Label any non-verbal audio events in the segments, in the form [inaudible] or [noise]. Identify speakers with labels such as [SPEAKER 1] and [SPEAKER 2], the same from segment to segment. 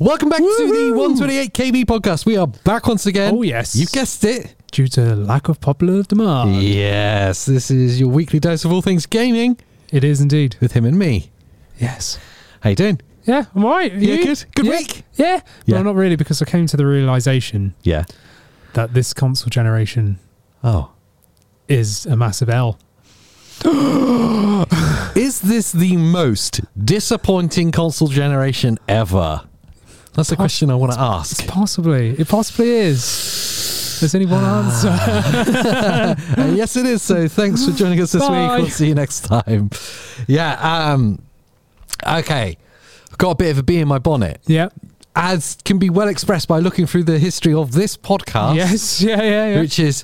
[SPEAKER 1] Welcome back to the 128KB podcast. We are back once again.
[SPEAKER 2] Oh, yes.
[SPEAKER 1] You guessed it.
[SPEAKER 2] Due to lack of popular demand.
[SPEAKER 1] Yes, this is your weekly dose of all things gaming
[SPEAKER 2] It is indeed.
[SPEAKER 1] with him and me.
[SPEAKER 2] Yes.
[SPEAKER 1] How you doing?
[SPEAKER 2] Yeah, I'm all right. Are
[SPEAKER 1] Yeah,
[SPEAKER 2] you?
[SPEAKER 1] good. Good
[SPEAKER 2] yeah.
[SPEAKER 1] week.
[SPEAKER 2] Yeah.
[SPEAKER 1] Yeah.
[SPEAKER 2] Well, not really, because I came to the realization
[SPEAKER 1] Yeah.
[SPEAKER 2] that this console generation
[SPEAKER 1] Oh.
[SPEAKER 2] is a massive L.
[SPEAKER 1] Is this the most disappointing console generation ever? That's a question I want to ask.
[SPEAKER 2] Possibly. It possibly is. There's only one
[SPEAKER 1] Ah.
[SPEAKER 2] answer. [laughs]
[SPEAKER 1] Uh, [laughs] yes, it is. So thanks for joining us this
[SPEAKER 2] Bye.
[SPEAKER 1] week. We'll see you next time. Yeah. Um, okay. I've got a bit of a bee in my bonnet.
[SPEAKER 2] yeah.
[SPEAKER 1] as can be well expressed by looking through the history of this podcast,
[SPEAKER 2] Yes. [laughs] Yeah, yeah, yeah.
[SPEAKER 1] which is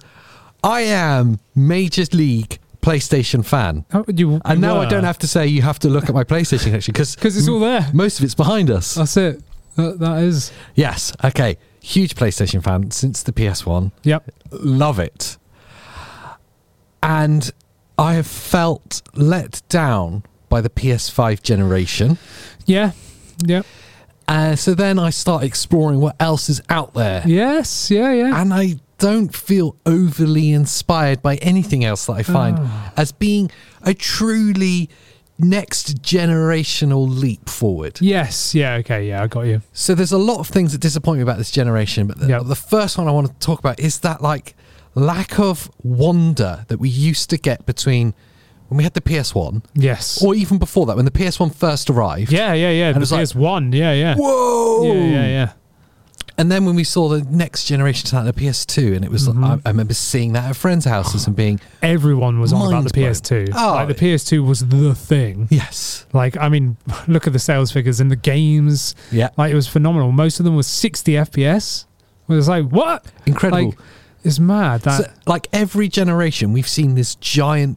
[SPEAKER 1] I am Major League PlayStation fan.
[SPEAKER 2] How would Oh, you,
[SPEAKER 1] And now I don't
[SPEAKER 2] [laughs]
[SPEAKER 1] have to say you have to look at my PlayStation connection because
[SPEAKER 2] Because Ah. it's all Oh. there.
[SPEAKER 1] most of it's behind us.
[SPEAKER 2] That's it. That, that is.
[SPEAKER 1] Yes. Okay. Huge PlayStation fan since the PS1.
[SPEAKER 2] Yep.
[SPEAKER 1] Love it. And I have felt let down by the PS5 generation.
[SPEAKER 2] Yeah. Yep.
[SPEAKER 1] Uh, so then I start exploring what else is out there.
[SPEAKER 2] Yes. Yeah, yeah.
[SPEAKER 1] and I don't feel overly inspired by anything else that I find
[SPEAKER 2] Ah.
[SPEAKER 1] as being a truly next generational leap forward.
[SPEAKER 2] Yes. Yeah. Okay. Yeah. I got you.
[SPEAKER 1] So there's a lot of things that disappoint me about this generation, but the,
[SPEAKER 2] Yeah.
[SPEAKER 1] the first one I want to talk about is that like lack of wonder that we used to get between when we had the PS1
[SPEAKER 2] Yes.
[SPEAKER 1] or even before that when the PS1 first arrived.
[SPEAKER 2] Yeah, yeah, yeah.
[SPEAKER 1] it
[SPEAKER 2] the
[SPEAKER 1] was like-
[SPEAKER 2] PS1. Yeah, yeah.
[SPEAKER 1] Whoa!
[SPEAKER 2] Yeah, yeah, yeah.
[SPEAKER 1] And then when we saw the next generation to that, the PS2, and it was
[SPEAKER 2] Mm-hmm.
[SPEAKER 1] I, I remember seeing that at friends' houses and being
[SPEAKER 2] Everyone was on about
[SPEAKER 1] Mind
[SPEAKER 2] the PS2.
[SPEAKER 1] blown. Oh.
[SPEAKER 2] Like the PS2 was the thing.
[SPEAKER 1] yes,
[SPEAKER 2] Like, I mean, [laughs] look at the sales figures and the games.
[SPEAKER 1] Yeah.
[SPEAKER 2] Like, it was phenomenal. Most of them were 60 FPS. It was like, what?
[SPEAKER 1] incredible.
[SPEAKER 2] Like, it's mad that.
[SPEAKER 1] So, like every generation, we've seen this giant,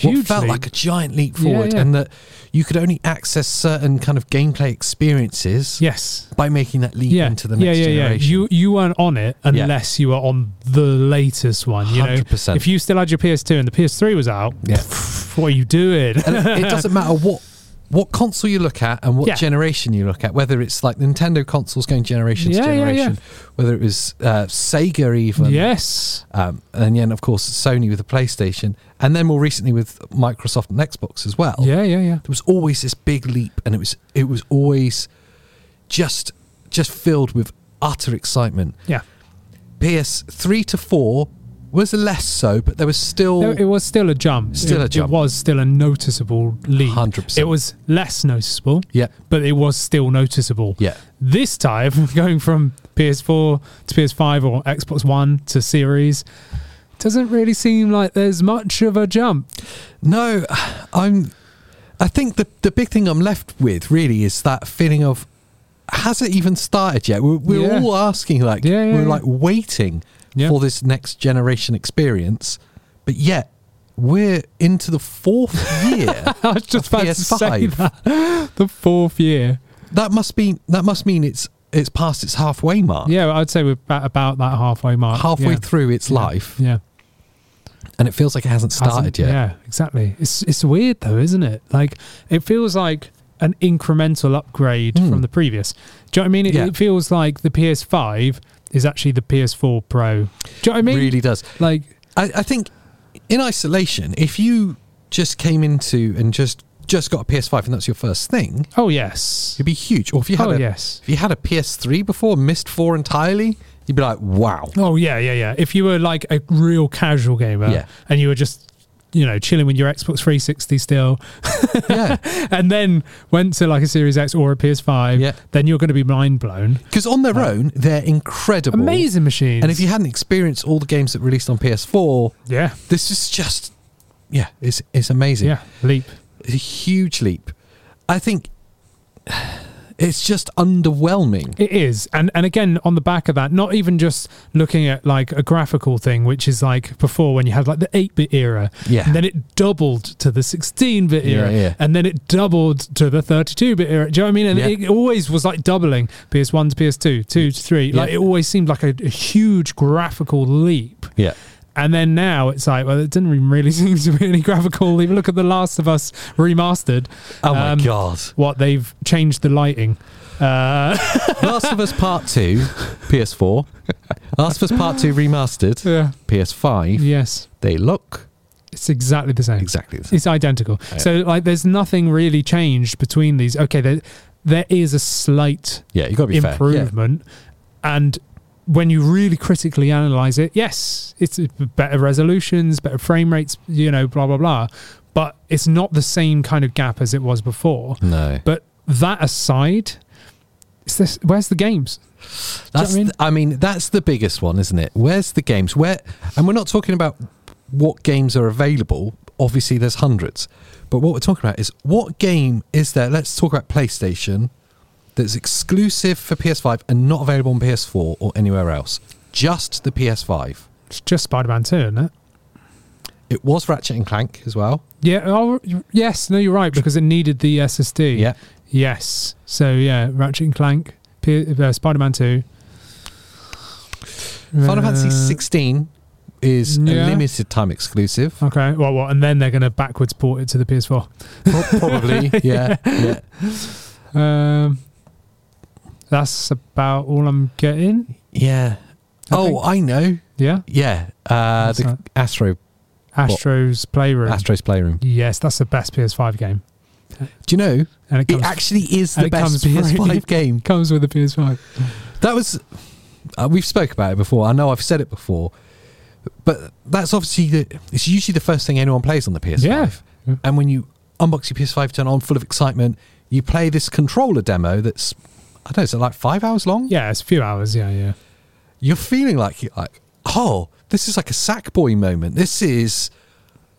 [SPEAKER 1] what
[SPEAKER 2] Huge
[SPEAKER 1] felt
[SPEAKER 2] leap.
[SPEAKER 1] like a giant leap
[SPEAKER 2] Yeah,
[SPEAKER 1] forward,
[SPEAKER 2] yeah.
[SPEAKER 1] and that you could only access certain kind of gameplay experiences
[SPEAKER 2] yes.
[SPEAKER 1] by making that leap
[SPEAKER 2] Yeah.
[SPEAKER 1] into the next
[SPEAKER 2] yeah, yeah,
[SPEAKER 1] generation.
[SPEAKER 2] yeah. You you weren't on it
[SPEAKER 1] Yeah.
[SPEAKER 2] unless you were on the latest one. You know,
[SPEAKER 1] 100%.
[SPEAKER 2] if you still had your PS2 and the PS3 was out,
[SPEAKER 1] Yeah.
[SPEAKER 2] [laughs] what are
[SPEAKER 1] [laughs]
[SPEAKER 2] you doing?
[SPEAKER 1] and [laughs] it, it doesn't matter what what console you look at and what
[SPEAKER 2] Yeah.
[SPEAKER 1] generation you look at, whether it's like Nintendo consoles going generation to
[SPEAKER 2] Yeah, yeah, yeah.
[SPEAKER 1] generation, whether it was uh, Sega even,
[SPEAKER 2] yes.
[SPEAKER 1] um, and then of course Sony with the PlayStation, and then more recently with Microsoft and Xbox as well.
[SPEAKER 2] Yeah, yeah, yeah.
[SPEAKER 1] there was always this big leap and it was it was always just just filled with utter excitement
[SPEAKER 2] Yeah.
[SPEAKER 1] ps3 to 4 was less so but there was still
[SPEAKER 2] No, it was still a jump.
[SPEAKER 1] Still
[SPEAKER 2] it,
[SPEAKER 1] a jump.
[SPEAKER 2] It was still a noticeable leap.
[SPEAKER 1] 100%.
[SPEAKER 2] It was less noticeable.
[SPEAKER 1] Yeah.
[SPEAKER 2] But it was still noticeable.
[SPEAKER 1] Yeah.
[SPEAKER 2] This time, [laughs] going from PS4 to PS5 or Xbox One to Series, doesn't really seem like there's much of a jump. [laughs]
[SPEAKER 1] no i'm i think the the big thing i'm left with really is that feeling of has it even started yet we're, we're
[SPEAKER 2] Yeah.
[SPEAKER 1] all asking like
[SPEAKER 2] Yeah, yeah,
[SPEAKER 1] we're
[SPEAKER 2] yeah.
[SPEAKER 1] like waiting
[SPEAKER 2] Yeah.
[SPEAKER 1] for this next generation experience but yet we're into the fourth
[SPEAKER 2] [laughs]
[SPEAKER 1] year
[SPEAKER 2] I was just
[SPEAKER 1] A
[SPEAKER 2] about to say
[SPEAKER 1] PS5.
[SPEAKER 2] that. The fourth year.
[SPEAKER 1] That must be that must mean it's it's past its halfway mark.
[SPEAKER 2] Yeah, I'd say we're about, about that halfway mark.
[SPEAKER 1] Uh. Halfway
[SPEAKER 2] yeah.
[SPEAKER 1] through its life.
[SPEAKER 2] Yeah.
[SPEAKER 1] And it feels like it hasn't started
[SPEAKER 2] Hasn't-
[SPEAKER 1] yet.
[SPEAKER 2] Yeah, exactly. It's it's weird though, isn't it? Like it feels like an incremental upgrade from the previous. Do you know what I mean? It,
[SPEAKER 1] Hmm. Yeah.
[SPEAKER 2] it feels like the PS5 is actually the PS4 Pro. Do you know what I mean?
[SPEAKER 1] really does.
[SPEAKER 2] Like
[SPEAKER 1] I, I think in isolation, if you just came into and just just got a PS5 and that's your first thing,
[SPEAKER 2] oh yes,
[SPEAKER 1] it'd be huge. Or if you had
[SPEAKER 2] oh
[SPEAKER 1] a
[SPEAKER 2] yes,
[SPEAKER 1] if you had a PS3 before, missed four entirely, you'd be like,
[SPEAKER 2] [laughs]
[SPEAKER 1] wow.
[SPEAKER 2] oh yeah, yeah, yeah. If you were like a real casual gamer
[SPEAKER 1] Yeah.
[SPEAKER 2] and you were just you know chilling with your Xbox 360 still,
[SPEAKER 1] yeah.
[SPEAKER 2] and then went to like a Series X or a PS5,
[SPEAKER 1] Yeah.
[SPEAKER 2] then you're going to be mind blown.
[SPEAKER 1] Because on their own, they're incredible.
[SPEAKER 2] Amazing machines.
[SPEAKER 1] And if you hadn't experienced all the games that released on PS4,
[SPEAKER 2] yeah,
[SPEAKER 1] this is just yeah, it's it's amazing.
[SPEAKER 2] yeah, leap.
[SPEAKER 1] a huge leap. I think it's just underwhelming.
[SPEAKER 2] It is. And and again, on the back of that, not even just looking at like a graphical thing, which is like before when you had like the 8 bit era.
[SPEAKER 1] Yeah.
[SPEAKER 2] And then it doubled to the 16 bit
[SPEAKER 1] Yeah,
[SPEAKER 2] era.
[SPEAKER 1] yeah.
[SPEAKER 2] And then it doubled to the 32 bit era. Do you know what I mean? And
[SPEAKER 1] Yeah.
[SPEAKER 2] it always was like doubling PS1 to PS2, 2 to 3. Like
[SPEAKER 1] Yeah.
[SPEAKER 2] it always seemed like a, a huge graphical leap.
[SPEAKER 1] Yeah.
[SPEAKER 2] And then now it's like, well, it didn't even really [laughs] seem to be any graphical leap. Look at The Last of Us remastered.
[SPEAKER 1] Oh my
[SPEAKER 2] Um,
[SPEAKER 1] god.
[SPEAKER 2] What they've changed the lighting.
[SPEAKER 1] [laughs]
[SPEAKER 2] Uh, [laughs]
[SPEAKER 1] Last of Us Part 2, PS4. Last of Us Part 2 Remastered,
[SPEAKER 2] yeah.
[SPEAKER 1] PS5.
[SPEAKER 2] Yes.
[SPEAKER 1] They look
[SPEAKER 2] It's exactly the same.
[SPEAKER 1] exactly the same. Oh,
[SPEAKER 2] It's identical.
[SPEAKER 1] Yeah.
[SPEAKER 2] So like, there's nothing really changed between these. Okay, there there is a slight
[SPEAKER 1] Yeah, you got to be fair. Yeah.
[SPEAKER 2] improvement, and when you really critically analyze it, yes, it's better resolutions, better frame rates, you know, blah blah blah. But it's not the same kind of gap as it was before.
[SPEAKER 1] No.
[SPEAKER 2] But that aside, it's this, where's the games?
[SPEAKER 1] That's
[SPEAKER 2] mean?
[SPEAKER 1] th- I mean that's the biggest one, isn't it? Where's the games? Where and we're not talking about what games are available. Obviously, there's hundreds, but what we're talking about is what game is there? Let's talk about PlayStation that's exclusive for PS5 and not available on PS4 or anywhere else. Just the PS5.
[SPEAKER 2] It's just Spider-Man 2, isn't it?
[SPEAKER 1] It was Ratchet and Clank as well.
[SPEAKER 2] Yeah. Oh, yes. No, you're right because it needed the SSD.
[SPEAKER 1] Yeah,
[SPEAKER 2] Yes. So yeah, Ratchet and Clank, P- uh, Spider-Man 2.
[SPEAKER 1] Final Fantasy
[SPEAKER 2] Uh,
[SPEAKER 1] 16 is
[SPEAKER 2] yeah.
[SPEAKER 1] a limited time exclusive.
[SPEAKER 2] Okay. Well, what? And then they're going to backwards port it to the PS4.
[SPEAKER 1] Pro- Probably, [laughs] yeah, yeah.
[SPEAKER 2] Um, that's about all I'm getting.
[SPEAKER 1] yeah.
[SPEAKER 2] I
[SPEAKER 1] oh,
[SPEAKER 2] think-
[SPEAKER 1] I know.
[SPEAKER 2] Yeah.
[SPEAKER 1] Yeah, uh,
[SPEAKER 2] What's
[SPEAKER 1] the
[SPEAKER 2] that?
[SPEAKER 1] Astro
[SPEAKER 2] Astro's Playroom.
[SPEAKER 1] Astro's Playroom.
[SPEAKER 2] yes, that's the best PS5 game,
[SPEAKER 1] Do you know
[SPEAKER 2] and it
[SPEAKER 1] it
[SPEAKER 2] comes,
[SPEAKER 1] actually is
[SPEAKER 2] and
[SPEAKER 1] the
[SPEAKER 2] it
[SPEAKER 1] best
[SPEAKER 2] comes free.
[SPEAKER 1] PS5 game?
[SPEAKER 2] [laughs] comes with the PS5.
[SPEAKER 1] That was uh, we've spoke about it before. I know I've said it before, but that's obviously the it's usually the first thing anyone plays on the PS5.
[SPEAKER 2] Yeah.
[SPEAKER 1] And when you unbox your PS5, turn it on full of excitement, you play this controller demo that's I don't know, is it like five hours long?
[SPEAKER 2] Yeah, it's a few hours. Yeah, yeah.
[SPEAKER 1] You're feeling like you're like oh, this is like a Sackboy moment. This is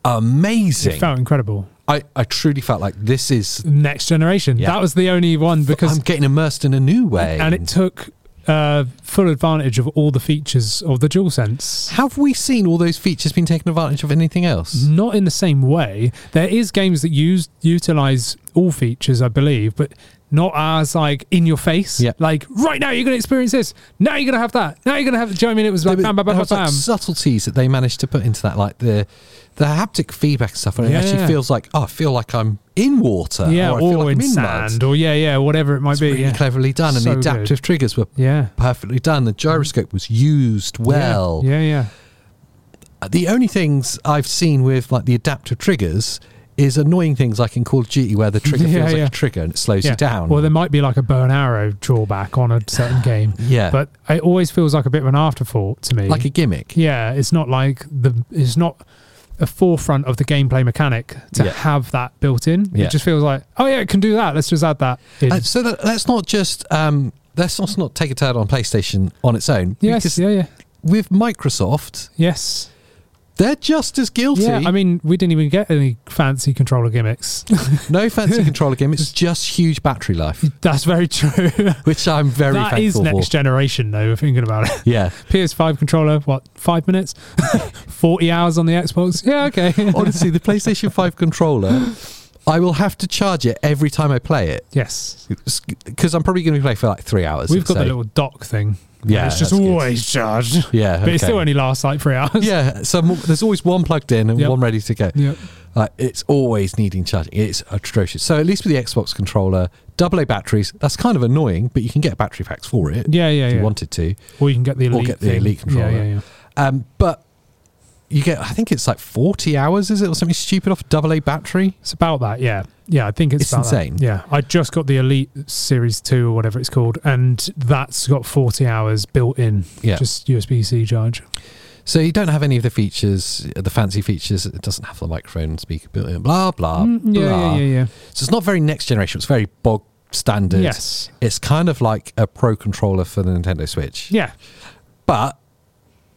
[SPEAKER 1] amazing.
[SPEAKER 2] It felt incredible.
[SPEAKER 1] I, I truly felt like this is
[SPEAKER 2] Next generation.
[SPEAKER 1] Yeah.
[SPEAKER 2] That was the only one because
[SPEAKER 1] I'm getting immersed in a new way.
[SPEAKER 2] and it took uh, full advantage of all the features of the DualSense.
[SPEAKER 1] have we seen all those features being taken advantage of anything else?
[SPEAKER 2] Not in the same way. There is games that use utilize all features, I believe, but not as like in your face.
[SPEAKER 1] Yeah.
[SPEAKER 2] Like right now you're gonna experience this. Now you're gonna have that. Now you're gonna have. Do you know what I mean? It was
[SPEAKER 1] There
[SPEAKER 2] like
[SPEAKER 1] were-
[SPEAKER 2] bam, bam,
[SPEAKER 1] there
[SPEAKER 2] bam, bam,
[SPEAKER 1] was, like,
[SPEAKER 2] bam.
[SPEAKER 1] subtleties that they managed to put into that, like the the haptic feedback stuff, where it actually
[SPEAKER 2] Yeah.
[SPEAKER 1] feels like oh, I feel like I'm in water,
[SPEAKER 2] Yeah,
[SPEAKER 1] or, I
[SPEAKER 2] or,
[SPEAKER 1] feel like
[SPEAKER 2] in
[SPEAKER 1] I'm in
[SPEAKER 2] sand,
[SPEAKER 1] mud.
[SPEAKER 2] or yeah, yeah, whatever it might
[SPEAKER 1] It's
[SPEAKER 2] be.
[SPEAKER 1] really
[SPEAKER 2] yeah.
[SPEAKER 1] cleverly done, and
[SPEAKER 2] So
[SPEAKER 1] the
[SPEAKER 2] good.
[SPEAKER 1] adaptive triggers were
[SPEAKER 2] yeah.
[SPEAKER 1] perfectly done. The gyroscope was used well. Uh,
[SPEAKER 2] yeah, yeah,
[SPEAKER 1] The only things I've seen with like the adaptive triggers is annoying things like in Call of Duty where the trigger
[SPEAKER 2] [laughs] Yeah,
[SPEAKER 1] feels like
[SPEAKER 2] yeah.
[SPEAKER 1] a trigger and it slows
[SPEAKER 2] yeah.
[SPEAKER 1] you down.
[SPEAKER 2] Well, there might be like a bow and arrow drawback on a
[SPEAKER 1] [laughs]
[SPEAKER 2] certain game,
[SPEAKER 1] yeah,
[SPEAKER 2] but it always feels like a bit of an afterthought to me.
[SPEAKER 1] like a gimmick.
[SPEAKER 2] yeah, it's not like the it's not a forefront of the gameplay mechanic to
[SPEAKER 1] Yeah.
[SPEAKER 2] have that built in.
[SPEAKER 1] Yeah.
[SPEAKER 2] It just feels like, oh yeah, it can do that. Let's just add that. In.
[SPEAKER 1] Uh, so that, let's not just um, let's not, not take a turn on PlayStation on its own.
[SPEAKER 2] yes,
[SPEAKER 1] because
[SPEAKER 2] yeah, yeah,
[SPEAKER 1] with Microsoft,
[SPEAKER 2] yes.
[SPEAKER 1] they're just as guilty.
[SPEAKER 2] Yeah, I mean, we didn't even get any fancy controller gimmicks. [laughs]
[SPEAKER 1] no fancy controller game. It's just huge battery life,
[SPEAKER 2] That's very true. [laughs]
[SPEAKER 1] which I'm very
[SPEAKER 2] that is
[SPEAKER 1] thankful
[SPEAKER 2] next
[SPEAKER 1] for.
[SPEAKER 2] generation, though. if you're Thinking about it, [laughs]
[SPEAKER 1] Yeah.
[SPEAKER 2] PS5 controller, what five minutes, [laughs] forty hours on the Xbox. Yeah,
[SPEAKER 1] [laughs]
[SPEAKER 2] okay.
[SPEAKER 1] Honestly, the
[SPEAKER 2] [laughs]
[SPEAKER 1] PlayStation 5 controller, I will have to charge it every time I play it
[SPEAKER 2] yes,
[SPEAKER 1] because I'm probably going to play for like three hours.
[SPEAKER 2] we've got
[SPEAKER 1] so-
[SPEAKER 2] the little dock thing.
[SPEAKER 1] Yeah,
[SPEAKER 2] it's just
[SPEAKER 1] that's good.
[SPEAKER 2] always charged,
[SPEAKER 1] Yeah.
[SPEAKER 2] but it still only lasts like three hours.
[SPEAKER 1] Yeah, so I'm- there's always one plugged in and
[SPEAKER 2] Yep.
[SPEAKER 1] one ready to go.
[SPEAKER 2] Yep.
[SPEAKER 1] Like it's always needing charging. It's atrocious. So at least with the Xbox controller, double A batteries. That's kind of annoying, but you can get battery packs for it
[SPEAKER 2] Yeah, yeah,
[SPEAKER 1] if you
[SPEAKER 2] yeah.
[SPEAKER 1] wanted to.
[SPEAKER 2] Or you can get the
[SPEAKER 1] Or
[SPEAKER 2] elite.
[SPEAKER 1] get the
[SPEAKER 2] thing.
[SPEAKER 1] elite controller.
[SPEAKER 2] Yeah, yeah, yeah.
[SPEAKER 1] Um, but you get, I think it's like 40 hours, is it, or something stupid off a double A battery?
[SPEAKER 2] It's about that. Yeah, yeah. I think it's,
[SPEAKER 1] It's
[SPEAKER 2] about that.
[SPEAKER 1] insane.
[SPEAKER 2] Yeah, I just got the elite series two or whatever it's called, and that's got forty hours built in.
[SPEAKER 1] Yeah.
[SPEAKER 2] just USB C charge.
[SPEAKER 1] So you don't have any of the features, the fancy features. It doesn't have the microphone and speaker built in. Blah blah
[SPEAKER 2] Mm, yeah,
[SPEAKER 1] Ah, blah.
[SPEAKER 2] yeah, yeah, yeah.
[SPEAKER 1] So it's not very next generation. It's very bog standard.
[SPEAKER 2] Yes.
[SPEAKER 1] It's kind of like a pro controller for the Nintendo Switch.
[SPEAKER 2] Yeah.
[SPEAKER 1] but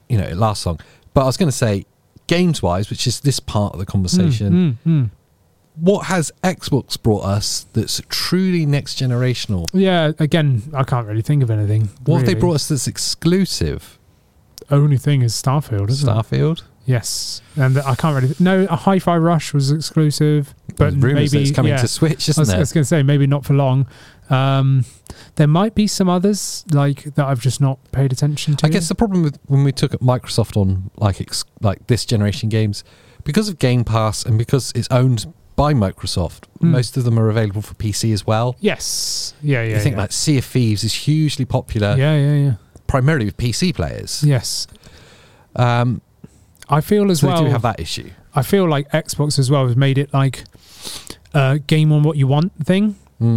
[SPEAKER 1] you know it lasts long but i was going to say games wise which is this part of the conversation
[SPEAKER 2] Mm, mm.
[SPEAKER 1] what has xbox brought us that's truly next generational
[SPEAKER 2] Yeah. Again, I can't really think of anything.
[SPEAKER 1] what have they
[SPEAKER 2] really.
[SPEAKER 1] brought us that's exclusive
[SPEAKER 2] Only thing is Starfield, isn't it?
[SPEAKER 1] starfield
[SPEAKER 2] Yes, and I can't really. No, a Hi-Fi Rush was exclusive, but
[SPEAKER 1] There's rumors
[SPEAKER 2] maybe
[SPEAKER 1] that it's coming
[SPEAKER 2] yeah.
[SPEAKER 1] to switch
[SPEAKER 2] I
[SPEAKER 1] isn't
[SPEAKER 2] was,
[SPEAKER 1] there?
[SPEAKER 2] going to say maybe not for long. Um, there might be some others like that I've just not paid attention to.
[SPEAKER 1] i guess the problem with when we took at microsoft on like ex- like this generation games because of game pass and because it's owned by Microsoft.
[SPEAKER 2] Mm.
[SPEAKER 1] Most of them are available for PC as well.
[SPEAKER 2] Yes. Yeah. Yeah.
[SPEAKER 1] you think
[SPEAKER 2] yeah.
[SPEAKER 1] like uh, Sea of Thieves is hugely popular,
[SPEAKER 2] yeah. Yeah. Yeah.
[SPEAKER 1] primarily with PC players.
[SPEAKER 2] Yes.
[SPEAKER 1] Um,
[SPEAKER 2] I feel as
[SPEAKER 1] so
[SPEAKER 2] well.
[SPEAKER 1] they do have that issue.
[SPEAKER 2] I feel like Xbox as well has made it like a game on what you want thing.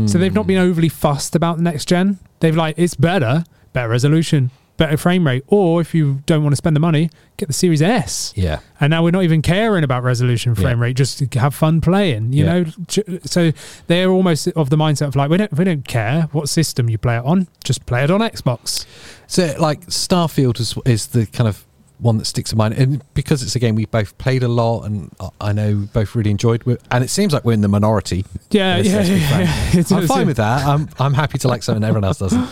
[SPEAKER 2] So they've not been
[SPEAKER 1] Hmm.
[SPEAKER 2] overly fussed about the next gen. They've like it's better, better resolution, better frame rate, or if you don't want to spend the money, get the Series S.
[SPEAKER 1] Hmm. Yeah,
[SPEAKER 2] And now we're not even caring about resolution frame rate, just to have fun playing, you
[SPEAKER 1] Yeah.
[SPEAKER 2] know. J- So they're almost of the mindset of like we don't we don't care what system you play it on, just play it on Xbox.
[SPEAKER 1] so like Starfield is is the kind of one that sticks in mind, and because it's a game we both played a lot, and I- I know we both really enjoyed, we- and it seems like we're in the minority.
[SPEAKER 2] Yeah,
[SPEAKER 1] Yes,
[SPEAKER 2] yeah,
[SPEAKER 1] let's
[SPEAKER 2] Uh, yeah.
[SPEAKER 1] be frank.
[SPEAKER 2] yeah. [laughs] It's-
[SPEAKER 1] I'm fine with that. I'm I'm happy to like something everyone else
[SPEAKER 2] [laughs]
[SPEAKER 1] doesn't.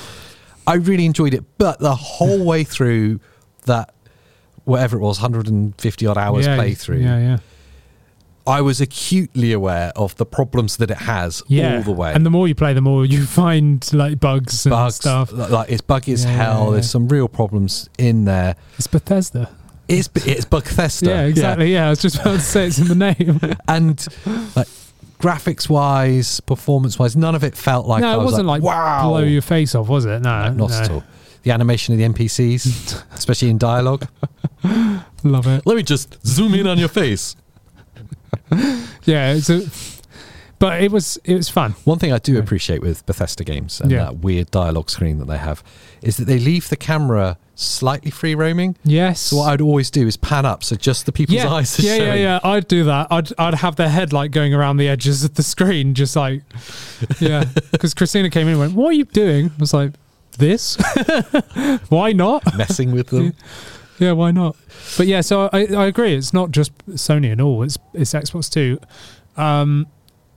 [SPEAKER 1] I really enjoyed it, but the whole way through that whatever it was, 150 odd hours
[SPEAKER 2] yeah,
[SPEAKER 1] playthrough,
[SPEAKER 2] Yeah, yeah.
[SPEAKER 1] I was acutely aware of the problems that it has
[SPEAKER 2] yeah.
[SPEAKER 1] all the way.
[SPEAKER 2] And the more you play, the
[SPEAKER 1] [laughs]
[SPEAKER 2] more you find like bugs and
[SPEAKER 1] bugs,
[SPEAKER 2] stuff.
[SPEAKER 1] li- like it's buggy as
[SPEAKER 2] Yeah,
[SPEAKER 1] hell.
[SPEAKER 2] yeah,
[SPEAKER 1] There's
[SPEAKER 2] yeah.
[SPEAKER 1] some real problems in there.
[SPEAKER 2] It's Bethesda.
[SPEAKER 1] It's it's Bethesda,
[SPEAKER 2] Yeah, exactly. Yeah. I was just about to say it's in the
[SPEAKER 1] [laughs]
[SPEAKER 2] name.
[SPEAKER 1] and like graphics wise, performance wise, none of it felt like
[SPEAKER 2] no,
[SPEAKER 1] I
[SPEAKER 2] it
[SPEAKER 1] was
[SPEAKER 2] wasn't like,
[SPEAKER 1] wow,
[SPEAKER 2] blow your face off, was it? No,
[SPEAKER 1] not at
[SPEAKER 2] no.
[SPEAKER 1] all. The animation of the
[SPEAKER 2] [laughs]
[SPEAKER 1] NPCs, especially in dialogue.
[SPEAKER 2] Love it.
[SPEAKER 1] Let me just zoom in on your face.
[SPEAKER 2] Yeah, it's a, but it was it was fun.
[SPEAKER 1] One thing I do appreciate with Bethesda games and
[SPEAKER 2] Yeah.
[SPEAKER 1] that weird dialogue screen that they have is that they leave the camera slightly free roaming.
[SPEAKER 2] Yes.
[SPEAKER 1] So what I'd always do is pan up so just the people's
[SPEAKER 2] yeah,
[SPEAKER 1] eyes are
[SPEAKER 2] yeah, yeah,
[SPEAKER 1] showing.
[SPEAKER 2] yeah. I'd do that. I'd I'd have the headlight going around the edges of the screen, just like,
[SPEAKER 1] [laughs]
[SPEAKER 2] yeah. Because Christina came in and went, "What are you doing?" I was like, "This? [laughs] why not?
[SPEAKER 1] messing with
[SPEAKER 2] [laughs]
[SPEAKER 1] them.
[SPEAKER 2] Yeah, why not?" But yeah, so I, I agree. It's not just Sony and all. It's it's Xbox too, um,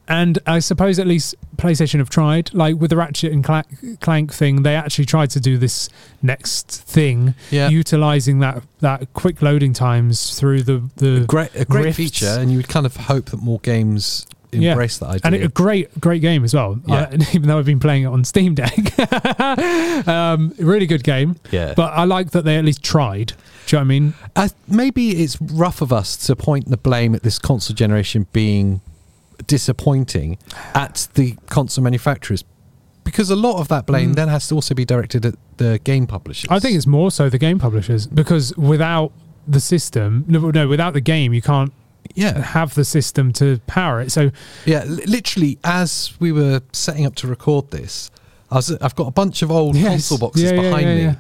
[SPEAKER 2] and I suppose at least PlayStation have tried. Like with the Ratchet and Clank, Clank thing, they actually tried to do this next thing,
[SPEAKER 1] Yeah.
[SPEAKER 2] utilizing that that quick loading times through the the
[SPEAKER 1] great, a great
[SPEAKER 2] Rifts.
[SPEAKER 1] feature, and you would kind of hope that more games
[SPEAKER 2] Yeah.
[SPEAKER 1] embrace that idea.
[SPEAKER 2] and it, a great, great game as well.
[SPEAKER 1] Yeah.
[SPEAKER 2] I- [laughs] even though I've been playing it on Steam Deck, [laughs] um, really good game.
[SPEAKER 1] yeah, but
[SPEAKER 2] But I like that they at least tried. Do you know what I mean?
[SPEAKER 1] I, Uh, maybe it's rough of us to point the blame at this console generation being disappointing at the console manufacturers, because a lot of that blame
[SPEAKER 2] Mm.
[SPEAKER 1] then has to also be directed at the game publishers.
[SPEAKER 2] I think it's more so the game publishers because without the system, no, no without the game, you can't
[SPEAKER 1] yeah,
[SPEAKER 2] have the system to power it. So
[SPEAKER 1] yeah. li- Literally, as we were setting up to record this, I was, I've got a bunch of old
[SPEAKER 2] Yes.
[SPEAKER 1] console boxes
[SPEAKER 2] Yeah, yeah,
[SPEAKER 1] behind
[SPEAKER 2] yeah,
[SPEAKER 1] me.
[SPEAKER 2] yeah.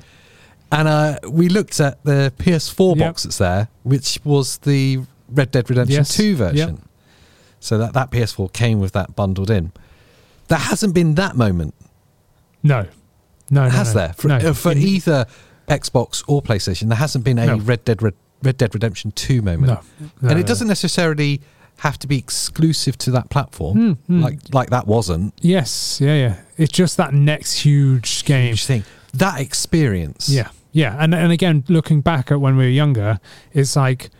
[SPEAKER 1] And uh, we looked at the PS4
[SPEAKER 2] Yep.
[SPEAKER 1] box that's there, which was the Red Dead Redemption
[SPEAKER 2] Yes.
[SPEAKER 1] 2 version.
[SPEAKER 2] Yep.
[SPEAKER 1] So that, that PS4 came with that bundled in. There hasn't been that moment,
[SPEAKER 2] no, no, no
[SPEAKER 1] has
[SPEAKER 2] no,
[SPEAKER 1] there? For,
[SPEAKER 2] no.
[SPEAKER 1] uh, for either Xbox or PlayStation, there hasn't been a
[SPEAKER 2] No.
[SPEAKER 1] Red, Dead Red, Red Dead Redemption 2 moment.
[SPEAKER 2] no, no,
[SPEAKER 1] and
[SPEAKER 2] no.
[SPEAKER 1] it doesn't necessarily have to be exclusive to that platform,
[SPEAKER 2] Hmm, hmm.
[SPEAKER 1] like like that wasn't.
[SPEAKER 2] Yes, yeah, yeah. It's just that next huge game.
[SPEAKER 1] Huge thing. That experience.
[SPEAKER 2] Hmm. Yeah, yeah, and and again, looking back at when we were younger, it's like,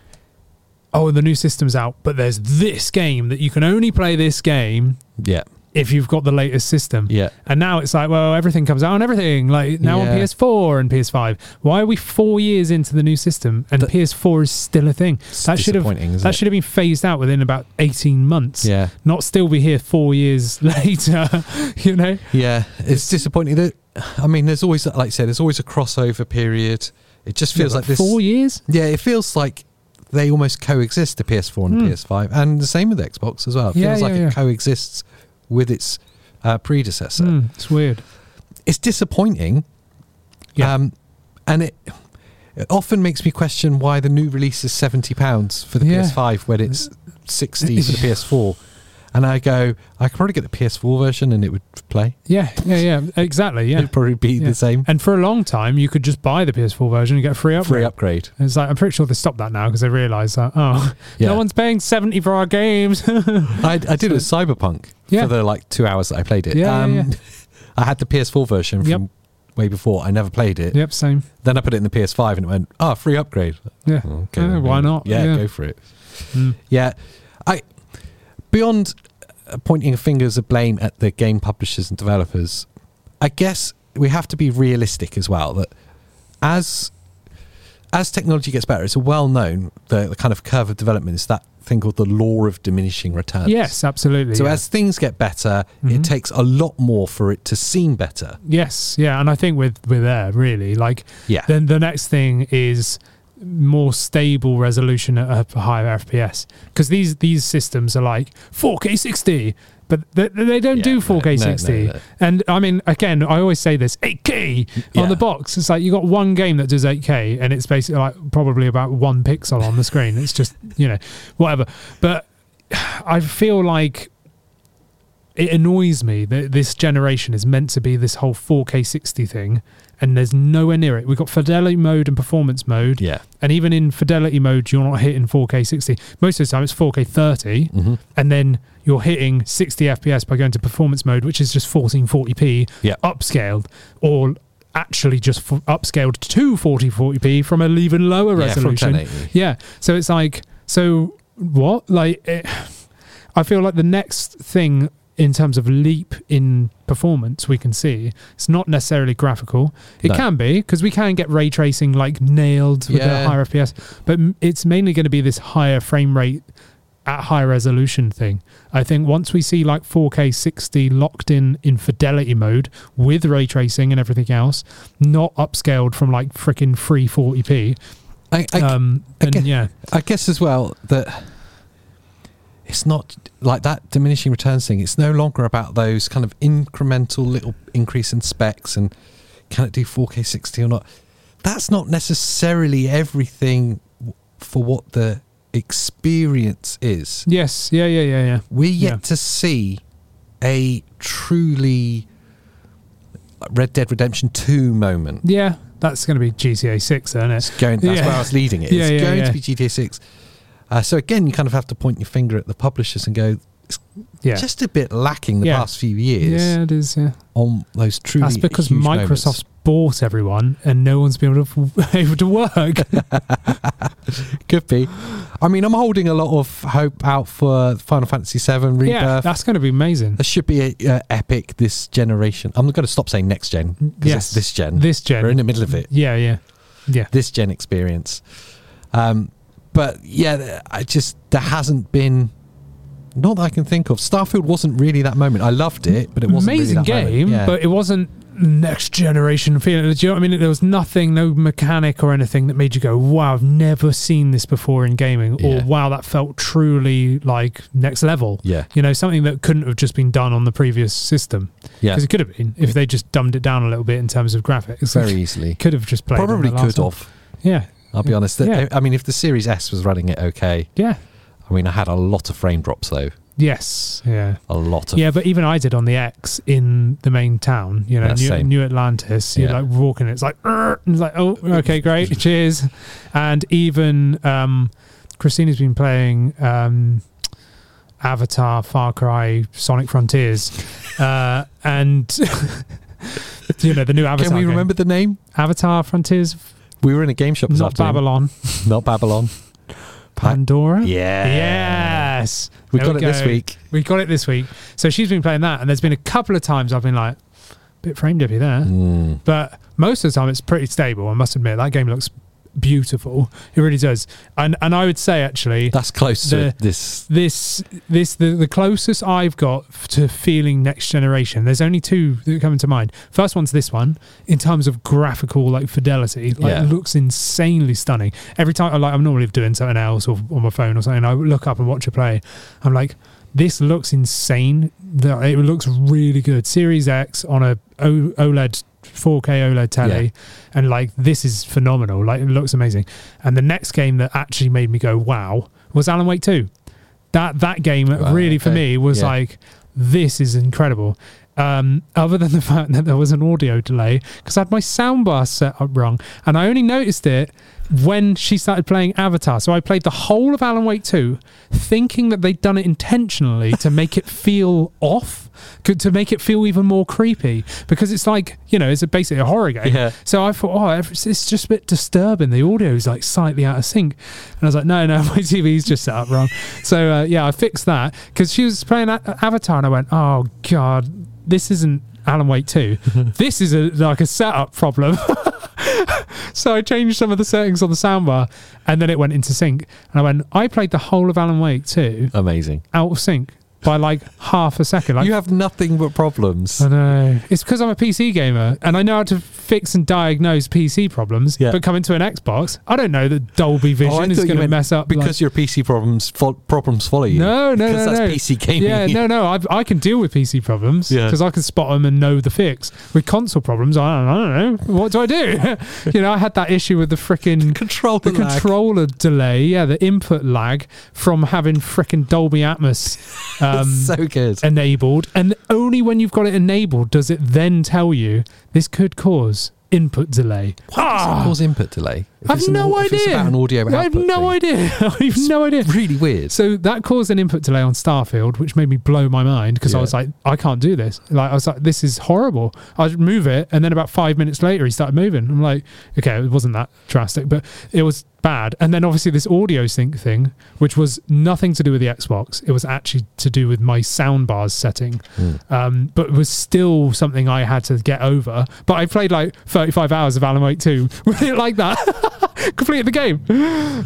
[SPEAKER 2] oh, the new system's out, but there's this game that you can only play this game
[SPEAKER 1] Yeah.
[SPEAKER 2] if you've got the latest system.
[SPEAKER 1] Yeah.
[SPEAKER 2] And now it's like, well, everything comes out on everything. Like now
[SPEAKER 1] Yeah.
[SPEAKER 2] on PS4 and PS5. Why are we four years into the new system and
[SPEAKER 1] That-
[SPEAKER 2] PS4 is still a thing? That should have
[SPEAKER 1] disappointing, isn't
[SPEAKER 2] that
[SPEAKER 1] it?
[SPEAKER 2] should have been phased out within about eighteen months.
[SPEAKER 1] Yeah.
[SPEAKER 2] Not still be here four years [laughs] later. you know.
[SPEAKER 1] Yeah, it's, disappointing that. I mean, there's always, like I said, there's always a crossover period. It just feels like this.
[SPEAKER 2] four years.
[SPEAKER 1] Yeah, it feels like they almost coexist, the PS4 and the
[SPEAKER 2] Hmm.
[SPEAKER 1] PS5, and the same with the Xbox as well. It
[SPEAKER 2] Yeah,
[SPEAKER 1] feels like
[SPEAKER 2] yeah, yeah.
[SPEAKER 1] it coexists with its uh, predecessor.
[SPEAKER 2] Mm, it's weird.
[SPEAKER 1] It's disappointing.
[SPEAKER 2] Yeah.
[SPEAKER 1] Um, and it, it often makes me question why the new release is £70 for the
[SPEAKER 2] Yeah.
[SPEAKER 1] PS5 when it's 60
[SPEAKER 2] [laughs]
[SPEAKER 1] for the PS4. And I go, I could probably get the PS4 version and it would play.
[SPEAKER 2] Yeah, yeah, yeah. Exactly.
[SPEAKER 1] It
[SPEAKER 2] Yeah.
[SPEAKER 1] would probably be
[SPEAKER 2] Yeah.
[SPEAKER 1] the same.
[SPEAKER 2] And for a long time, you could just buy the PS4 version and get a free upgrade.
[SPEAKER 1] Free upgrade.
[SPEAKER 2] And It's like I'm pretty sure they stopped that now because they realised that oh, [laughs]
[SPEAKER 1] Yeah.
[SPEAKER 2] no one's paying seventy for our
[SPEAKER 1] [laughs]
[SPEAKER 2] games. [laughs]
[SPEAKER 1] I, I did it with Cyberpunk
[SPEAKER 2] Yeah.
[SPEAKER 1] for the like two hours that I played it. Um,
[SPEAKER 2] Yeah, yeah, yeah.
[SPEAKER 1] [laughs] I had the PS4 version from
[SPEAKER 2] Yep.
[SPEAKER 1] way before. I never played it.
[SPEAKER 2] yep, same.
[SPEAKER 1] Then I put it in the PS5 and it went, ah, free upgrade.
[SPEAKER 2] Yeah.
[SPEAKER 1] Oh, Okay.
[SPEAKER 2] Yeah,
[SPEAKER 1] then
[SPEAKER 2] why
[SPEAKER 1] go-
[SPEAKER 2] not?
[SPEAKER 1] Yeah,
[SPEAKER 2] Yeah.
[SPEAKER 1] go for it.
[SPEAKER 2] Mm.
[SPEAKER 1] Yeah. I Beyond uh, pointing fingers of blame at the game publishers and developers, I guess we have to be realistic as well that as as technology gets better, it's well known the, the kind of curve of development is that thing called the law of diminishing returns.
[SPEAKER 2] Yes, Mm-hmm. absolutely.
[SPEAKER 1] So
[SPEAKER 2] yeah.
[SPEAKER 1] as things get better, it takes a lot more for it to seem better.
[SPEAKER 2] Yes, yeah, and I think we're we're there really. Like,
[SPEAKER 1] Yeah.
[SPEAKER 2] Then the next thing is more stable resolution at a higher FPS because these these systems are like 4K 60, but they, they don't
[SPEAKER 1] Yeah,
[SPEAKER 2] do
[SPEAKER 1] no,
[SPEAKER 2] 4K
[SPEAKER 1] no,
[SPEAKER 2] 60.
[SPEAKER 1] no, no.
[SPEAKER 2] And I mean, again, I always say this 8K
[SPEAKER 1] Yeah.
[SPEAKER 2] on the box. It's like you got one game that does 8K, and it's basically like probably about one pixel on the screen. It's just you know whatever. But I feel like it annoys me that this generation is meant to be this whole 4K 60 thing, and there's nowhere near it. We've got fidelity mode and performance mode,
[SPEAKER 1] Yeah.
[SPEAKER 2] and even in fidelity mode, you're not hitting 4K 60. Most of the time, it's 4K 30,
[SPEAKER 1] Mm. Mm-hmm.
[SPEAKER 2] and then you're hitting 60 FPS by going to performance mode, which is just 1440p
[SPEAKER 1] Yeah.
[SPEAKER 2] upscaled, or actually just f- upscaled to 4040p from an even lower
[SPEAKER 1] Yeah, from
[SPEAKER 2] resolution.
[SPEAKER 1] 1080.
[SPEAKER 2] Yeah. So it's like, so what? Like, it, I feel like the next thing in terms of leap in performance we can see, it's not necessarily graphical. It
[SPEAKER 1] No.
[SPEAKER 2] can be because we can get ray tracing like nailed with
[SPEAKER 1] Yeah.
[SPEAKER 2] a higher FPS, but m- it's mainly going to be this higher frame rate at high resolution thing. I think once we see like 4K 60 locked in in fidelity mode with ray tracing and everything else, not upscaled from like freaking 340p,
[SPEAKER 1] I, I,
[SPEAKER 2] um,
[SPEAKER 1] I
[SPEAKER 2] then
[SPEAKER 1] guess-
[SPEAKER 2] yeah,
[SPEAKER 1] I guess as well that it's not like that diminishing returns thing. It's no longer about those kind of incremental little increase in specs and can it do 4K 60 or not. That's not necessarily everything w- for what the experience is.
[SPEAKER 2] yes, yeah, yeah, yeah, yeah.
[SPEAKER 1] We're yet
[SPEAKER 2] Yeah.
[SPEAKER 1] to see a truly Red Dead Redemption 2 moment.
[SPEAKER 2] Yeah, that's going to be GTA 6, isn't it?
[SPEAKER 1] It's going. That's
[SPEAKER 2] Yeah.
[SPEAKER 1] where I was leading it.
[SPEAKER 2] [laughs] Yeah,
[SPEAKER 1] it's
[SPEAKER 2] yeah,
[SPEAKER 1] going
[SPEAKER 2] yeah.
[SPEAKER 1] to be GTA Six. Uh, so again, you kind of have to point your finger at the publishers and go, it's
[SPEAKER 2] Yeah.
[SPEAKER 1] just a bit lacking the
[SPEAKER 2] Yeah.
[SPEAKER 1] past few years
[SPEAKER 2] yeah, it is. Yeah,
[SPEAKER 1] on those truly.
[SPEAKER 2] that's because
[SPEAKER 1] huge
[SPEAKER 2] Microsoft's bought everyone, and no one's been able to, [laughs] able
[SPEAKER 1] [laughs]
[SPEAKER 2] to work.
[SPEAKER 1] moments. could be. I mean, I'm holding a lot of hope out for Final Fantasy VII Rebirth.
[SPEAKER 2] yeah, that's going to be amazing.
[SPEAKER 1] that should be a, uh, epic this generation. I'm going to stop saying next gen because
[SPEAKER 2] Yes.
[SPEAKER 1] it's this gen.
[SPEAKER 2] This
[SPEAKER 1] We're in
[SPEAKER 2] gen,
[SPEAKER 1] the middle of it.
[SPEAKER 2] yeah, yeah, yeah.
[SPEAKER 1] This gen experience. Um, but yeah, I just there hasn't been not that I can think of. Starfield wasn't really that moment. I loved it, but it wasn't really
[SPEAKER 2] amazing
[SPEAKER 1] that moment.
[SPEAKER 2] game,
[SPEAKER 1] Yeah.
[SPEAKER 2] but it wasn't next generation feeling. Do you know what I mean? There was nothing, no mechanic or anything that made you go, "Wow, I've never seen this before in gaming,"
[SPEAKER 1] Yeah.
[SPEAKER 2] or "Wow, that felt truly like next level."
[SPEAKER 1] Yeah.
[SPEAKER 2] you know, something that couldn't have just been done on the previous system.
[SPEAKER 1] yeah,
[SPEAKER 2] Because it could have been if they just dumbed it down a little bit in terms of graphics.
[SPEAKER 1] very
[SPEAKER 2] [laughs]
[SPEAKER 1] easily.
[SPEAKER 2] could have just played. on
[SPEAKER 1] Probably
[SPEAKER 2] the last
[SPEAKER 1] could
[SPEAKER 2] one.
[SPEAKER 1] have.
[SPEAKER 2] Yeah,
[SPEAKER 1] I'll be honest. The-
[SPEAKER 2] Yeah.
[SPEAKER 1] I mean, if the Series S was running it okay,
[SPEAKER 2] yeah,
[SPEAKER 1] I mean, I had a lot of frame drops though.
[SPEAKER 2] yes, yeah,
[SPEAKER 1] A lot of.
[SPEAKER 2] yeah. But even I did on the X in the main town. You know,
[SPEAKER 1] Yeah,
[SPEAKER 2] New,
[SPEAKER 1] same.
[SPEAKER 2] New Atlantis. You're
[SPEAKER 1] Yeah.
[SPEAKER 2] like walking. It's like, "Arr," and it's like, oh,
[SPEAKER 1] [laughs]
[SPEAKER 2] okay, great, cheers. And even um, Christina's been playing. Um, Avatar, Far Cry, Sonic Frontiers, uh, and [laughs] you know the new Avatar.
[SPEAKER 1] Can we
[SPEAKER 2] game.
[SPEAKER 1] remember the name?
[SPEAKER 2] Avatar Frontiers?
[SPEAKER 1] We were in a game shop this
[SPEAKER 2] Not
[SPEAKER 1] afternoon.
[SPEAKER 2] Babylon,
[SPEAKER 1] [laughs] Not
[SPEAKER 2] [laughs]
[SPEAKER 1] Babylon.
[SPEAKER 2] Pandora.
[SPEAKER 1] Yeah.
[SPEAKER 2] Yes.
[SPEAKER 1] We
[SPEAKER 2] There
[SPEAKER 1] got it this
[SPEAKER 2] go.
[SPEAKER 1] week.
[SPEAKER 2] We got it this week. So she's been playing that, and there's been a couple of times I've been like, bit frame dippy there.
[SPEAKER 1] Mm.
[SPEAKER 2] But most of the time, it's pretty stable. I must admit, that game looks beautiful. It really does. And and I would say actually,
[SPEAKER 1] That's close
[SPEAKER 2] The-
[SPEAKER 1] to this.
[SPEAKER 2] this this the, the closest I've got f- to feeling next generation. There's only two that come to mind. First one's this one in terms of graphical like fidelity. Like
[SPEAKER 1] Yeah.
[SPEAKER 2] it looks insanely stunning. Every time I like I'm normally doing something else or on my phone or something, I look up and watch a play. I'm like, this looks insane. The- It looks really good. Series X on a O- E OLED 4K OLED E telly,
[SPEAKER 1] Yeah.
[SPEAKER 2] and like this is phenomenal. Like it looks amazing. And the next game that actually made me go wow was Alan Wake 2 that that game
[SPEAKER 1] Right,
[SPEAKER 2] really for
[SPEAKER 1] okay.
[SPEAKER 2] me was
[SPEAKER 1] Yeah.
[SPEAKER 2] like this is incredible um, other [laughs] than the fact that there was an audio delay because I had my soundbar set up wrong and I only noticed it when she started playing Avatar so I played the whole of Alan Wake 2 thinking that they'd done it intentionally to make it feel off c- to make it feel even more creepy because it's like you know it's a, basically a horror game
[SPEAKER 1] Yeah.
[SPEAKER 2] so I thought, oh, ev- it's just a bit disturbing. The audio's like slightly out of sync. And I was like, no, [laughs] no, my TV's just set up wrong. so uh, yeah, I fixed that because she was playing A- Avatar and I went, oh, God, this isn't Alan Wake 2. this is a, like a setup problem. so I changed some of the settings on the soundbar, and then it went into sync. And I went, I played the whole of Alan Wake too
[SPEAKER 1] Amazing.
[SPEAKER 2] out of sync by like half a second. Like,
[SPEAKER 1] you have nothing but problems.
[SPEAKER 2] I know. It's because I'm a PC gamer and I know how to fix and diagnose PC problems.
[SPEAKER 1] Yeah.
[SPEAKER 2] But coming to an Xbox, I don't know that Dolby
[SPEAKER 1] Oh, I
[SPEAKER 2] Vision
[SPEAKER 1] thought
[SPEAKER 2] is
[SPEAKER 1] you
[SPEAKER 2] going to
[SPEAKER 1] meant
[SPEAKER 2] mess up. like-
[SPEAKER 1] because your PC problems fo- problems follow you.
[SPEAKER 2] no, no,
[SPEAKER 1] because
[SPEAKER 2] no,
[SPEAKER 1] that's
[SPEAKER 2] no.
[SPEAKER 1] PC gaming.
[SPEAKER 2] Yeah, no, no. I, I can deal with PC problems
[SPEAKER 1] Yeah.
[SPEAKER 2] because I can spot them and know the fix. With console problems, I don't, I don't know. What do I do? [laughs] you know, I had that issue with the frickin'
[SPEAKER 1] [laughs] Control
[SPEAKER 2] the
[SPEAKER 1] lag.
[SPEAKER 2] controller delay. Yeah, the input lag from having frickin' Dolby [laughs] Atmos um,
[SPEAKER 1] It's so good.
[SPEAKER 2] enabled, and only when you've got it enabled does it then tell you this could cause input delay.
[SPEAKER 1] Does it
[SPEAKER 2] Ah,
[SPEAKER 1] cause input delay? If
[SPEAKER 2] I've
[SPEAKER 1] it's an
[SPEAKER 2] no
[SPEAKER 1] au- if it's
[SPEAKER 2] idea.
[SPEAKER 1] about an audio
[SPEAKER 2] I have
[SPEAKER 1] output
[SPEAKER 2] no
[SPEAKER 1] thing.
[SPEAKER 2] idea. [laughs] I've no idea.
[SPEAKER 1] Really weird.
[SPEAKER 2] So that caused an input delay on Starfield, which made me blow my mind because I
[SPEAKER 1] Yeah.
[SPEAKER 2] was like, I can't do this. Like I was like, this is horrible. I would move it, and then about five minutes later, he started moving. I'm like, okay, it wasn't that drastic, but it was bad. And then obviously this audio sync thing, which was nothing to do with the Xbox, it was actually to do with my soundbars setting, um, but it was still something I had to get over. But I played like 35 hours of Alan Wake 2 with it [laughs] like that, complete the game.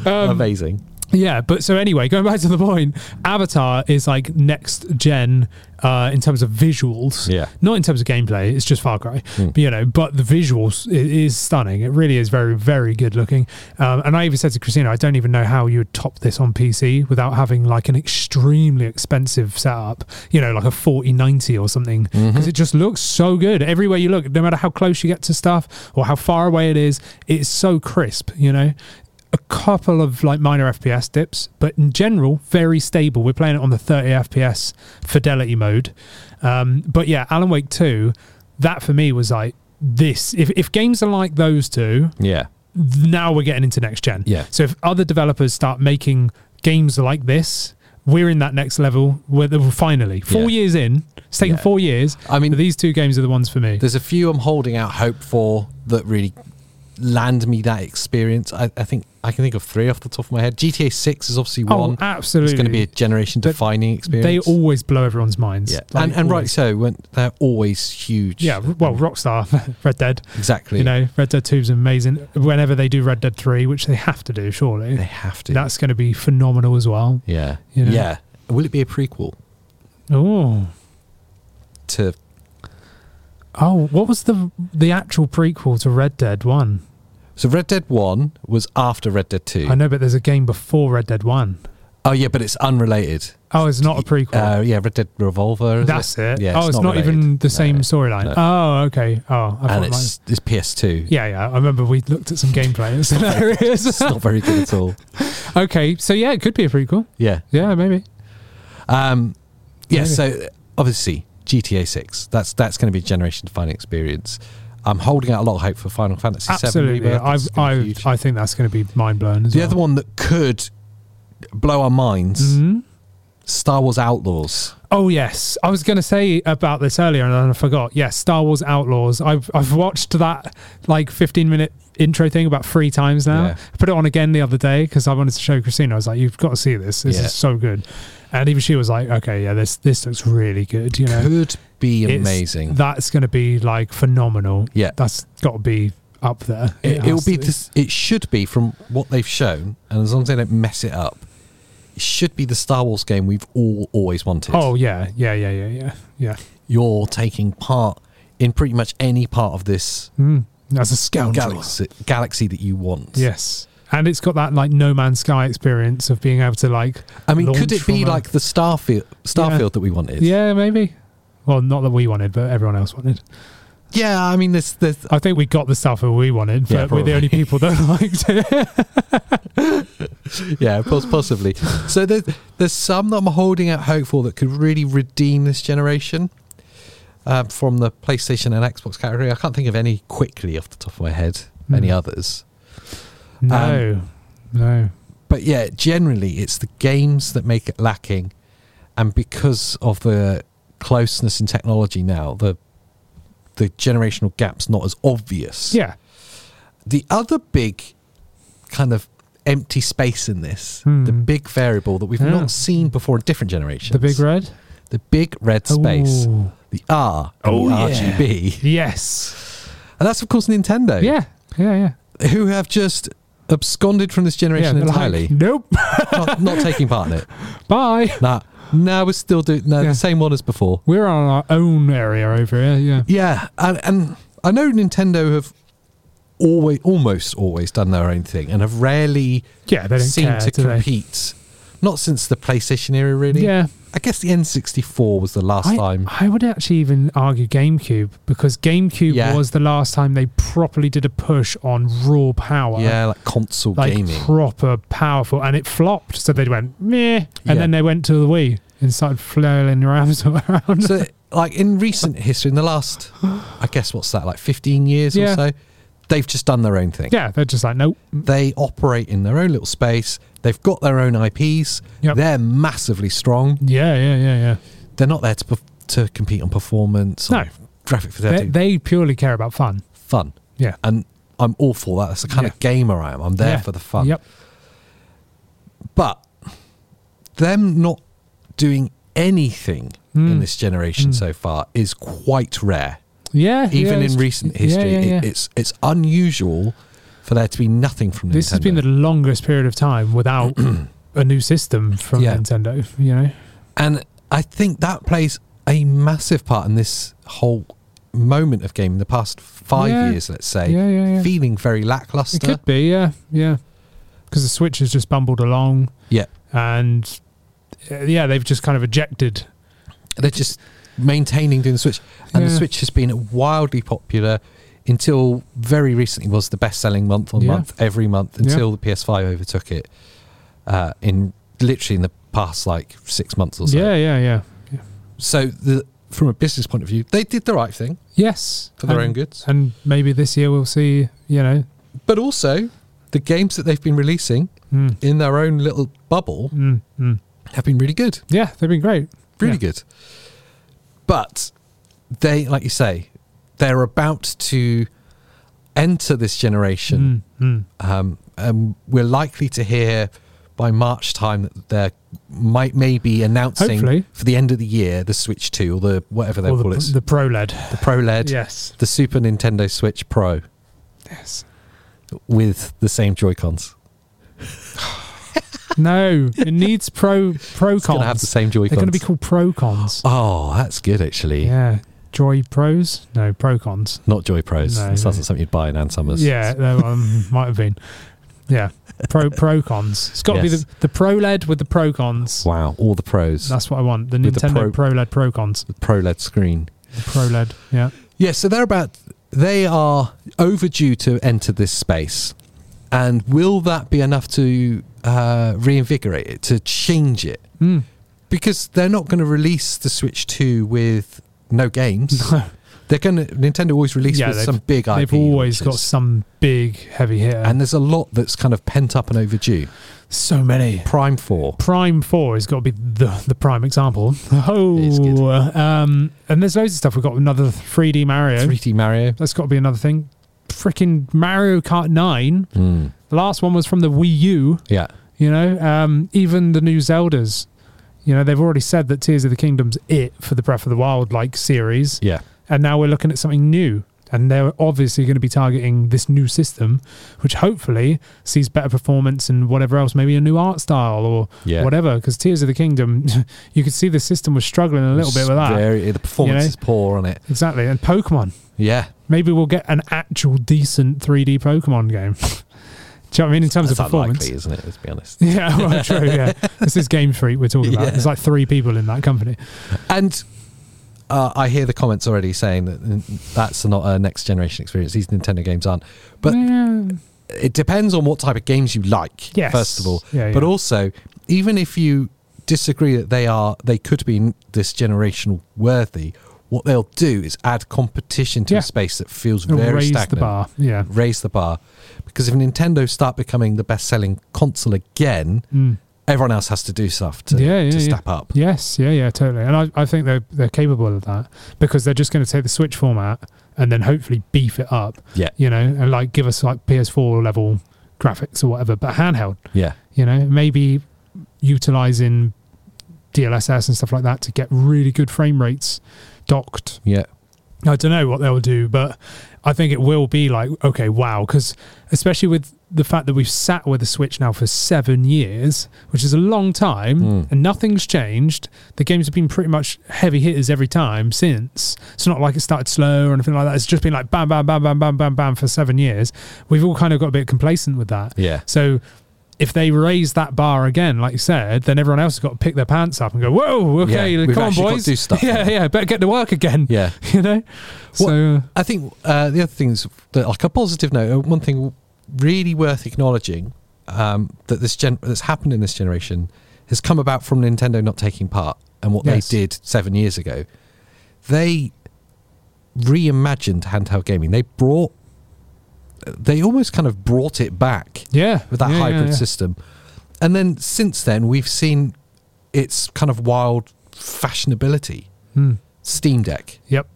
[SPEAKER 2] Um,
[SPEAKER 1] Amazing.
[SPEAKER 2] yeah, but so anyway, going back to the point, Avatar is like next gen uh, in terms of visuals.
[SPEAKER 1] Yeah.
[SPEAKER 2] Not in terms of gameplay, it's just Far Cry. But, you know, but the visuals it is stunning. It really is very, very good looking. Um, and I even said to Christina, I don't even know how you would top this on PC without having like an extremely expensive setup, you know, like a 4090 or something, because it just looks so good. Everywhere you look, no matter how close you get to stuff or how far away it is, it's so crisp, you know a couple of like minor FPS dips, but in general, very stable. We're playing it on the 30 FPS fidelity mode. Um, but yeah, Alan Wake 2, that for me was like this. If, if games are like those two,
[SPEAKER 1] Yeah.
[SPEAKER 2] th- now we're getting into next gen.
[SPEAKER 1] Yeah.
[SPEAKER 2] So if other developers start making games like this, we're in that next level where they will finally, four
[SPEAKER 1] Yeah.
[SPEAKER 2] years in, it's taken
[SPEAKER 1] Yeah.
[SPEAKER 2] four years.
[SPEAKER 1] I mean-
[SPEAKER 2] but these two games are the ones for me.
[SPEAKER 1] There's a few I'm holding out hope for that really land me that experience. I, I think I can think of three off the top of my head. GTA 6 is obviously
[SPEAKER 2] Oh,
[SPEAKER 1] one.
[SPEAKER 2] absolutely.
[SPEAKER 1] It's going to be a generation
[SPEAKER 2] But
[SPEAKER 1] defining
[SPEAKER 2] they
[SPEAKER 1] experience.
[SPEAKER 2] always blow everyone's minds.
[SPEAKER 1] yeah,
[SPEAKER 2] Like,
[SPEAKER 1] and, and right
[SPEAKER 2] always.
[SPEAKER 1] so. When they're always huge.
[SPEAKER 2] Yeah, r- well, Rockstar, [laughs] Red Dead.
[SPEAKER 1] exactly.
[SPEAKER 2] You know, Red Dead 2 is amazing. Whenever they do Red Dead 3, which they have to do, surely,
[SPEAKER 1] they have to.
[SPEAKER 2] that's going to be phenomenal as well.
[SPEAKER 1] yeah,
[SPEAKER 2] you know.
[SPEAKER 1] yeah. Will it be a prequel
[SPEAKER 2] Oh,
[SPEAKER 1] to
[SPEAKER 2] oh, what was the the actual prequel to Red Dead One?
[SPEAKER 1] So Red Dead One was after Red Dead Two.
[SPEAKER 2] I know, but there's a game before Red Dead One.
[SPEAKER 1] Oh yeah, but it's unrelated.
[SPEAKER 2] Oh, it's not a prequel.
[SPEAKER 1] Uh, yeah, Red Dead Revolver. is
[SPEAKER 2] that's it.
[SPEAKER 1] Yeah,
[SPEAKER 2] oh, it's, not,
[SPEAKER 1] related.
[SPEAKER 2] even the same
[SPEAKER 1] No.
[SPEAKER 2] storyline. Oh, okay. Oh, I
[SPEAKER 1] And
[SPEAKER 2] thought like,
[SPEAKER 1] it's it's PS2.
[SPEAKER 2] yeah, yeah. I remember we looked at some gameplay. It was [laughs] hilarious.
[SPEAKER 1] It's not very good at
[SPEAKER 2] [laughs]
[SPEAKER 1] all.
[SPEAKER 2] okay, so yeah, it could be a prequel.
[SPEAKER 1] Yeah.
[SPEAKER 2] Yeah, maybe.
[SPEAKER 1] Um, yeah.
[SPEAKER 2] Maybe.
[SPEAKER 1] So obviously GTA Six. That's that's going to be a generation defining experience. I'm holding out a lot of hope for Final Fantasy
[SPEAKER 2] Absolutely.
[SPEAKER 1] Seven. Rebirth.
[SPEAKER 2] I
[SPEAKER 1] That's gonna be
[SPEAKER 2] I
[SPEAKER 1] huge.
[SPEAKER 2] I think that's going to be mind blown as
[SPEAKER 1] the
[SPEAKER 2] well.
[SPEAKER 1] other one that could blow our minds:
[SPEAKER 2] Mhm.
[SPEAKER 1] Star Wars Outlaws.
[SPEAKER 2] Oh yes, I was going to say about this earlier and I forgot. Yes, Star Wars Outlaws. I've I've watched that like 15 minute intro thing about three times now.
[SPEAKER 1] Yeah.
[SPEAKER 2] I put it on again the other day because I wanted to show Christina. I was like, "You've got to see this. This
[SPEAKER 1] Yeah.
[SPEAKER 2] is so good." And even she was like, "Okay, yeah, this this looks really good." You
[SPEAKER 1] [laughs]
[SPEAKER 2] know,
[SPEAKER 1] Could be
[SPEAKER 2] It's-
[SPEAKER 1] amazing.
[SPEAKER 2] That's going to be like phenomenal.
[SPEAKER 1] Yeah.
[SPEAKER 2] that's got to be up there.
[SPEAKER 1] It,
[SPEAKER 2] has
[SPEAKER 1] will be
[SPEAKER 2] to
[SPEAKER 1] this. It should be from what they've shown, and as long as they don't mess it up, it should be the Star Wars game we've all always wanted.
[SPEAKER 2] Oh yeah, yeah, yeah, yeah, yeah, yeah.
[SPEAKER 1] you're taking part in pretty much any part of this
[SPEAKER 2] Mm. That's a scoundrel.
[SPEAKER 1] galaxy, galaxy that you want.
[SPEAKER 2] Yes. And it's got that like No Man's Sky experience of being able to like.
[SPEAKER 1] I mean, could
[SPEAKER 2] launch
[SPEAKER 1] it be
[SPEAKER 2] from a-
[SPEAKER 1] like the Starfield, Starfield that we wanted?
[SPEAKER 2] Yeah, maybe. Well, not that we wanted, but everyone else wanted.
[SPEAKER 1] Yeah, I mean, there's, there's
[SPEAKER 2] I think we got the stuff that we wanted, but
[SPEAKER 1] Yeah,
[SPEAKER 2] we're the
[SPEAKER 1] probably.
[SPEAKER 2] only people that [laughs] liked it.
[SPEAKER 1] yeah, pos- possibly. so there's there's some that I'm holding out hope for that could really redeem this generation um, from the PlayStation and Xbox category. I can't think of any quickly off the top of my head. Any
[SPEAKER 2] Hmm.
[SPEAKER 1] others? Um,
[SPEAKER 2] No, no.
[SPEAKER 1] but yeah, generally it's the games that make it lacking, and because of the closeness in technology now, the the generational gap's not as obvious.
[SPEAKER 2] Yeah.
[SPEAKER 1] The other big kind of empty space in this, the
[SPEAKER 2] Hmm.
[SPEAKER 1] big variable that we've
[SPEAKER 2] Yeah.
[SPEAKER 1] not seen before in different generations,
[SPEAKER 2] The big Oh. red?
[SPEAKER 1] the big red space,
[SPEAKER 2] Ooh.
[SPEAKER 1] the R, and
[SPEAKER 2] Oh,
[SPEAKER 1] the
[SPEAKER 2] yeah.
[SPEAKER 1] RGB,
[SPEAKER 2] Yes.
[SPEAKER 1] and that's of course Nintendo.
[SPEAKER 2] Yeah. Yeah, yeah.
[SPEAKER 1] who have just absconded from this generation
[SPEAKER 2] they're like,
[SPEAKER 1] entirely,
[SPEAKER 2] nope. [laughs]
[SPEAKER 1] not, not taking part in it.
[SPEAKER 2] Bye.
[SPEAKER 1] Nah, now we're still doing no,
[SPEAKER 2] Yeah.
[SPEAKER 1] the same one as before.
[SPEAKER 2] We're on our own area over here. Yeah.
[SPEAKER 1] Yeah, and, and I know Nintendo have always, almost always done their own thing and have rarely
[SPEAKER 2] Yeah. They don't
[SPEAKER 1] seemed
[SPEAKER 2] care,
[SPEAKER 1] to
[SPEAKER 2] do they?
[SPEAKER 1] compete. Not since the PlayStation era, really.
[SPEAKER 2] Yeah.
[SPEAKER 1] I guess the N64 was the last time.
[SPEAKER 2] I, I would actually even argue GameCube because GameCube
[SPEAKER 1] Yeah.
[SPEAKER 2] was the last time they properly did a push on raw power.
[SPEAKER 1] Yeah, like console
[SPEAKER 2] Like
[SPEAKER 1] gaming.
[SPEAKER 2] [laughs] proper powerful, and it flopped. So they went meh, and
[SPEAKER 1] Yeah.
[SPEAKER 2] then they went to the Wii and started flailing your arms [laughs] around.
[SPEAKER 1] so, like in recent history, in the last, I guess, what's that, like 15 years
[SPEAKER 2] Yeah.
[SPEAKER 1] or so, they've just done their own thing.
[SPEAKER 2] yeah, they're just like nope.
[SPEAKER 1] They operate in their own little space. They've got their own IPs.
[SPEAKER 2] Yep.
[SPEAKER 1] They're massively strong.
[SPEAKER 2] Yeah, yeah, yeah, yeah.
[SPEAKER 1] They're not there to, perf- to compete on performance,
[SPEAKER 2] No.
[SPEAKER 1] on graphic
[SPEAKER 2] They,
[SPEAKER 1] fidelity,
[SPEAKER 2] they purely care about fun.
[SPEAKER 1] fun.
[SPEAKER 2] Yeah.
[SPEAKER 1] And I'm all for that. That's the kind
[SPEAKER 2] Yeah.
[SPEAKER 1] of gamer I am. I'm there
[SPEAKER 2] Yeah.
[SPEAKER 1] for the fun.
[SPEAKER 2] Yep.
[SPEAKER 1] But them not doing anything in
[SPEAKER 2] Hmm. Mm.
[SPEAKER 1] this generation so far is quite rare.
[SPEAKER 2] Yeah. yeah,
[SPEAKER 1] Even
[SPEAKER 2] it's-
[SPEAKER 1] in recent
[SPEAKER 2] yeah,
[SPEAKER 1] history,
[SPEAKER 2] yeah, yeah.
[SPEAKER 1] It, it's it's unusual for there to be nothing from
[SPEAKER 2] this
[SPEAKER 1] Nintendo.
[SPEAKER 2] has been the longest period of
[SPEAKER 1] [clears throat]
[SPEAKER 2] time without a new system from
[SPEAKER 1] Yeah.
[SPEAKER 2] Nintendo. You know.
[SPEAKER 1] and I think that plays a massive part in this whole moment of gaming. The past five
[SPEAKER 2] Yeah.
[SPEAKER 1] years, let's say,
[SPEAKER 2] Yeah, yeah, yeah.
[SPEAKER 1] feeling very
[SPEAKER 2] It
[SPEAKER 1] lackluster.
[SPEAKER 2] could be, yeah, yeah. Because the Switch has just bumbled along,
[SPEAKER 1] Yeah,
[SPEAKER 2] and uh, yeah, they've just kind of ejected.
[SPEAKER 1] they're just maintaining doing the Switch, and the
[SPEAKER 2] Yeah.
[SPEAKER 1] Switch has been wildly popular until very recently was the best-selling month on
[SPEAKER 2] Yeah.
[SPEAKER 1] month every month
[SPEAKER 2] Yeah.
[SPEAKER 1] until the PS5 overtook it uh, in literally in the past like six months or so.
[SPEAKER 2] Yeah, yeah, yeah.
[SPEAKER 1] So the, from a business point of view, they did the right thing
[SPEAKER 2] Yes,
[SPEAKER 1] for their
[SPEAKER 2] and,
[SPEAKER 1] own goods,
[SPEAKER 2] And maybe this year we'll see. You know,
[SPEAKER 1] but also the games that they've been releasing
[SPEAKER 2] mm,
[SPEAKER 1] in their own little bubble
[SPEAKER 2] mm, mm.
[SPEAKER 1] have been really good.
[SPEAKER 2] yeah, they've been great.
[SPEAKER 1] really
[SPEAKER 2] Yeah.
[SPEAKER 1] good. But they, like you say, they're about to enter this generation,
[SPEAKER 2] Mm, mm.
[SPEAKER 1] um, and we're likely to hear by March time that they're might maybe announcing
[SPEAKER 2] Hopefully.
[SPEAKER 1] for the end of the year the Switch Two or the whatever they
[SPEAKER 2] Or
[SPEAKER 1] call
[SPEAKER 2] the,
[SPEAKER 1] it,
[SPEAKER 2] the Pro LED.
[SPEAKER 1] the Pro LED,
[SPEAKER 2] Yes,
[SPEAKER 1] the Super Nintendo Switch Pro
[SPEAKER 2] yes.
[SPEAKER 1] with the same Joy Cons.
[SPEAKER 2] No, it needs pro pro
[SPEAKER 1] It's going to have the
[SPEAKER 2] cons.
[SPEAKER 1] same Joy
[SPEAKER 2] They're going to be
[SPEAKER 1] Cons.
[SPEAKER 2] called pro cons.
[SPEAKER 1] Oh, that's good actually.
[SPEAKER 2] Yeah, Joy Pros. No, pro cons.
[SPEAKER 1] Not Joy Pros.
[SPEAKER 2] No,
[SPEAKER 1] It sounds
[SPEAKER 2] no.
[SPEAKER 1] like something you'd buy in Ann Summers.
[SPEAKER 2] Yeah, there, um, [laughs] might have been. Yeah, pro pro cons. It's got to
[SPEAKER 1] Yes.
[SPEAKER 2] be the, the pro led with the pro cons.
[SPEAKER 1] Wow, all the pros.
[SPEAKER 2] That's what I want. The
[SPEAKER 1] With the
[SPEAKER 2] Nintendo pro led pro cons.
[SPEAKER 1] Pro LED screen.
[SPEAKER 2] The pro led. Yeah.
[SPEAKER 1] Yeah, so they're about they are overdue to enter this space, and will that be enough to uh, reinvigorate it to change it?
[SPEAKER 2] Mm.
[SPEAKER 1] Because they're not going to release the Switch Two with no
[SPEAKER 2] [laughs]
[SPEAKER 1] games.
[SPEAKER 2] [laughs] No.
[SPEAKER 1] They're going to Nintendo always release
[SPEAKER 2] Yeah,
[SPEAKER 1] with
[SPEAKER 2] they've-
[SPEAKER 1] some big IP.
[SPEAKER 2] They've always got
[SPEAKER 1] launches.
[SPEAKER 2] some big heavy hitter.
[SPEAKER 1] and there's a lot that's kind of pent up and overdue.
[SPEAKER 2] so many.
[SPEAKER 1] Prime Four.
[SPEAKER 2] Prime Four has got to be the the prime
[SPEAKER 1] [laughs]
[SPEAKER 2] example.
[SPEAKER 1] is good.
[SPEAKER 2] Oh, um, and there's loads of stuff. We've got another 3D Mario.
[SPEAKER 1] 3D Mario.
[SPEAKER 2] That's got to be another thing. Freaking Mario Kart Nine.
[SPEAKER 1] Mm,
[SPEAKER 2] The last one was from the Wii U.
[SPEAKER 1] yeah.
[SPEAKER 2] You know, um, even the new Zeldas, you know, they've already said that Tears of the Kingdom's it for the Breath of the Wild like series.
[SPEAKER 1] Yeah.
[SPEAKER 2] And now we're looking at something new. And they're obviously going to be targeting this new system, which hopefully sees better performance and whatever else, maybe a new art style or
[SPEAKER 1] Yeah.
[SPEAKER 2] whatever. Because Tears of the Kingdom, [laughs] you could see the system was struggling a little bit with that.
[SPEAKER 1] Very, the performance
[SPEAKER 2] You know?
[SPEAKER 1] is poor on it.
[SPEAKER 2] Exactly. And Pokemon.
[SPEAKER 1] Yeah.
[SPEAKER 2] Maybe we'll get an actual decent 3D Pokemon game. [laughs] Do you know what I mean? In terms
[SPEAKER 1] That's
[SPEAKER 2] of performance.
[SPEAKER 1] unlikely, isn't it? Let's be honest.
[SPEAKER 2] [laughs] Yeah, well, true. Yeah, this is Game Freak we're talking about.
[SPEAKER 1] Yeah.
[SPEAKER 2] There's like three people in that company.
[SPEAKER 1] And uh, I hear the comments already saying that mm, that's not a next generation experience. These Nintendo games aren't. But
[SPEAKER 2] yeah,
[SPEAKER 1] it depends on what type of games you like,
[SPEAKER 2] Yes.
[SPEAKER 1] first of all.
[SPEAKER 2] Yeah,
[SPEAKER 1] But
[SPEAKER 2] yeah.
[SPEAKER 1] also, even if you disagree that they are, they could be this generational worthy. What they'll do is add competition to
[SPEAKER 2] Yeah.
[SPEAKER 1] a space that feels
[SPEAKER 2] it'll
[SPEAKER 1] very
[SPEAKER 2] raise
[SPEAKER 1] stagnant.
[SPEAKER 2] the bar. Yeah,
[SPEAKER 1] Raise the bar, because if Nintendo start becoming the best-selling console again,
[SPEAKER 2] Mm.
[SPEAKER 1] everyone else has to do stuff to,
[SPEAKER 2] Yeah, yeah,
[SPEAKER 1] to
[SPEAKER 2] yeah.
[SPEAKER 1] step up.
[SPEAKER 2] yes, yeah, yeah, totally. And I, I think they're they're capable of that because they're just going to take the Switch format and then hopefully beef it up.
[SPEAKER 1] Yeah.
[SPEAKER 2] you know, and like give us like PS4 level graphics or whatever, but handheld.
[SPEAKER 1] Yeah,
[SPEAKER 2] You know, maybe utilizing DLSS and stuff like that to get really good frame rates docked
[SPEAKER 1] yeah.
[SPEAKER 2] I don't know what they'll do, but I think it will be like, okay, wow. Because especially with the fact that we've sat with the Switch now for seven years, which is a long time,
[SPEAKER 1] Hmm.
[SPEAKER 2] and nothing's changed. The games have been pretty much heavy hitters every time since. It's not like it started slow or anything like that. It's just been like bam, bam, bam, bam, bam, bam, bam for seven years. We've all kind of got a bit complacent with that.
[SPEAKER 1] Yeah.
[SPEAKER 2] So if they raise that bar again, like you said, then everyone else has got to pick their pants up and go, "Whoa, okay,
[SPEAKER 1] Yeah, we've
[SPEAKER 2] come on,
[SPEAKER 1] actually got to
[SPEAKER 2] boys,
[SPEAKER 1] do stuff
[SPEAKER 2] [laughs] yeah,
[SPEAKER 1] now."
[SPEAKER 2] yeah, better get to work again."
[SPEAKER 1] Yeah.
[SPEAKER 2] [laughs] you know. so
[SPEAKER 1] I think uh, the other things that like a positive note, uh, one thing really worth acknowledging um, that this gen that's happened in this generation has come about from Nintendo not taking part and what
[SPEAKER 2] Yes.
[SPEAKER 1] they did seven years ago. They reimagined handheld gaming. They brought, they almost kind of brought it back
[SPEAKER 2] yeah,
[SPEAKER 1] with that
[SPEAKER 2] yeah, yeah,
[SPEAKER 1] hybrid
[SPEAKER 2] yeah.
[SPEAKER 1] system. And then since then, we've seen its kind of wild fashionability.
[SPEAKER 2] Hmm.
[SPEAKER 1] Steam Deck,
[SPEAKER 2] Yep.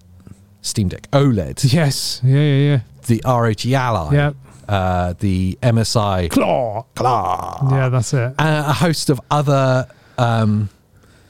[SPEAKER 1] Steam Deck OLED,
[SPEAKER 2] Yes. Yeah. Yeah. Yeah.
[SPEAKER 1] the ROG Ally,
[SPEAKER 2] Yeah.
[SPEAKER 1] uh, the MSI,
[SPEAKER 2] Claw.
[SPEAKER 1] Claw,
[SPEAKER 2] Yeah, that's it.
[SPEAKER 1] and uh, a host of other um,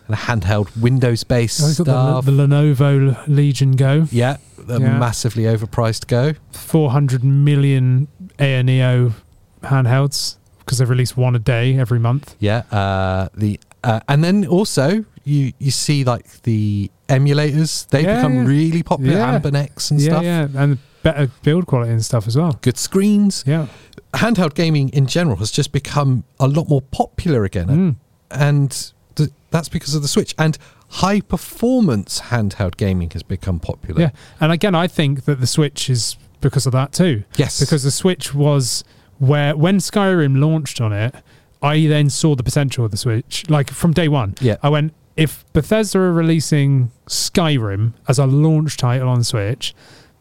[SPEAKER 1] handheld Windows-based
[SPEAKER 2] I've Oh, got
[SPEAKER 1] Ah. stuff.
[SPEAKER 2] the, the Lenovo Legion Go,
[SPEAKER 1] yeah, the
[SPEAKER 2] Yeah.
[SPEAKER 1] massively overpriced Go.
[SPEAKER 2] 400 million ANEO handhelds because they release one a day every month.
[SPEAKER 1] Yeah, uh, the uh, and then also you you see like the emulators. They
[SPEAKER 2] Yeah,
[SPEAKER 1] become
[SPEAKER 2] yeah.
[SPEAKER 1] really popular.
[SPEAKER 2] Yeah.
[SPEAKER 1] Amber Nex and
[SPEAKER 2] yeah,
[SPEAKER 1] stuff.
[SPEAKER 2] yeah, and better build quality and stuff as well.
[SPEAKER 1] Good screens.
[SPEAKER 2] Yeah.
[SPEAKER 1] handheld gaming in general has just become a lot more popular again,
[SPEAKER 2] Mm.
[SPEAKER 1] and th- that's because of the Switch. And high performance handheld gaming has become popular.
[SPEAKER 2] Yeah. And again, I think that the Switch is because of that too.
[SPEAKER 1] Yes,
[SPEAKER 2] because the Switch was where when Skyrim launched on it, I then saw the potential of the Switch. Like from day one,
[SPEAKER 1] Yeah.
[SPEAKER 2] I went if Bethesda are releasing Skyrim as a launch title on Switch,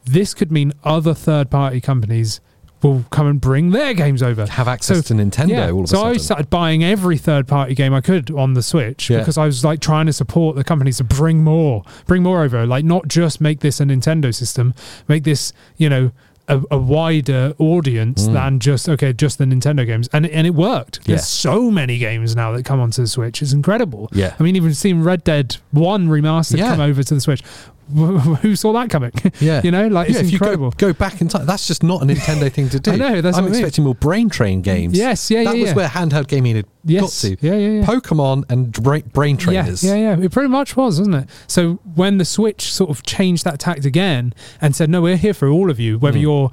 [SPEAKER 2] this could mean other third-party companies will come and bring their games over.
[SPEAKER 1] have access to
[SPEAKER 2] So-
[SPEAKER 1] Nintendo
[SPEAKER 2] Yeah.
[SPEAKER 1] all of
[SPEAKER 2] so
[SPEAKER 1] a
[SPEAKER 2] I
[SPEAKER 1] sudden.
[SPEAKER 2] started buying every third party game I could on the Switch
[SPEAKER 1] Yeah.
[SPEAKER 2] because I was like trying to support the companies to bring more, bring more over, like not just make this a Nintendo system, make this, you know, a, a wider audience than just okay, just the Nintendo games, and and it worked.
[SPEAKER 1] Mm. Yeah.
[SPEAKER 2] There's so many games now that come onto the Switch; it's incredible.
[SPEAKER 1] Yeah.
[SPEAKER 2] I mean, even seeing Red Dead One remastered
[SPEAKER 1] Yeah.
[SPEAKER 2] come over to the Switch, [laughs] who saw that coming?
[SPEAKER 1] Yeah.
[SPEAKER 2] [laughs] you know, like
[SPEAKER 1] yeah,
[SPEAKER 2] it's
[SPEAKER 1] if
[SPEAKER 2] incredible.
[SPEAKER 1] you go, go back in time, that's just not a Nintendo thing
[SPEAKER 2] [laughs]
[SPEAKER 1] to do.
[SPEAKER 2] I know, that's
[SPEAKER 1] I'm
[SPEAKER 2] what I mean.
[SPEAKER 1] expecting more brain train games.
[SPEAKER 2] Yes, yeah,
[SPEAKER 1] that
[SPEAKER 2] yeah,
[SPEAKER 1] was
[SPEAKER 2] yeah.
[SPEAKER 1] where handheld gaming had
[SPEAKER 2] Yes.
[SPEAKER 1] got to.
[SPEAKER 2] Yeah, yeah, yeah.
[SPEAKER 1] Pokemon and dra- brain trainers.
[SPEAKER 2] Yeah, yeah, yeah. It pretty much was, wasn't it? So when the Switch sort of changed that tact again and said, "No, we're here for all of you, whether you're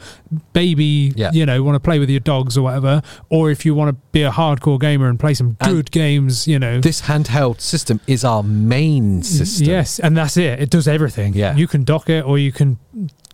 [SPEAKER 2] baby,
[SPEAKER 1] Mm. Yeah.
[SPEAKER 2] you know, want to play with your dogs or whatever, or if you want to be a hardcore gamer and play some
[SPEAKER 1] And
[SPEAKER 2] good games, you know."
[SPEAKER 1] This handheld system is our
[SPEAKER 2] Mm,
[SPEAKER 1] main system.
[SPEAKER 2] Yes, and that's it. It does everything.
[SPEAKER 1] Yeah.
[SPEAKER 2] You can dock it or you can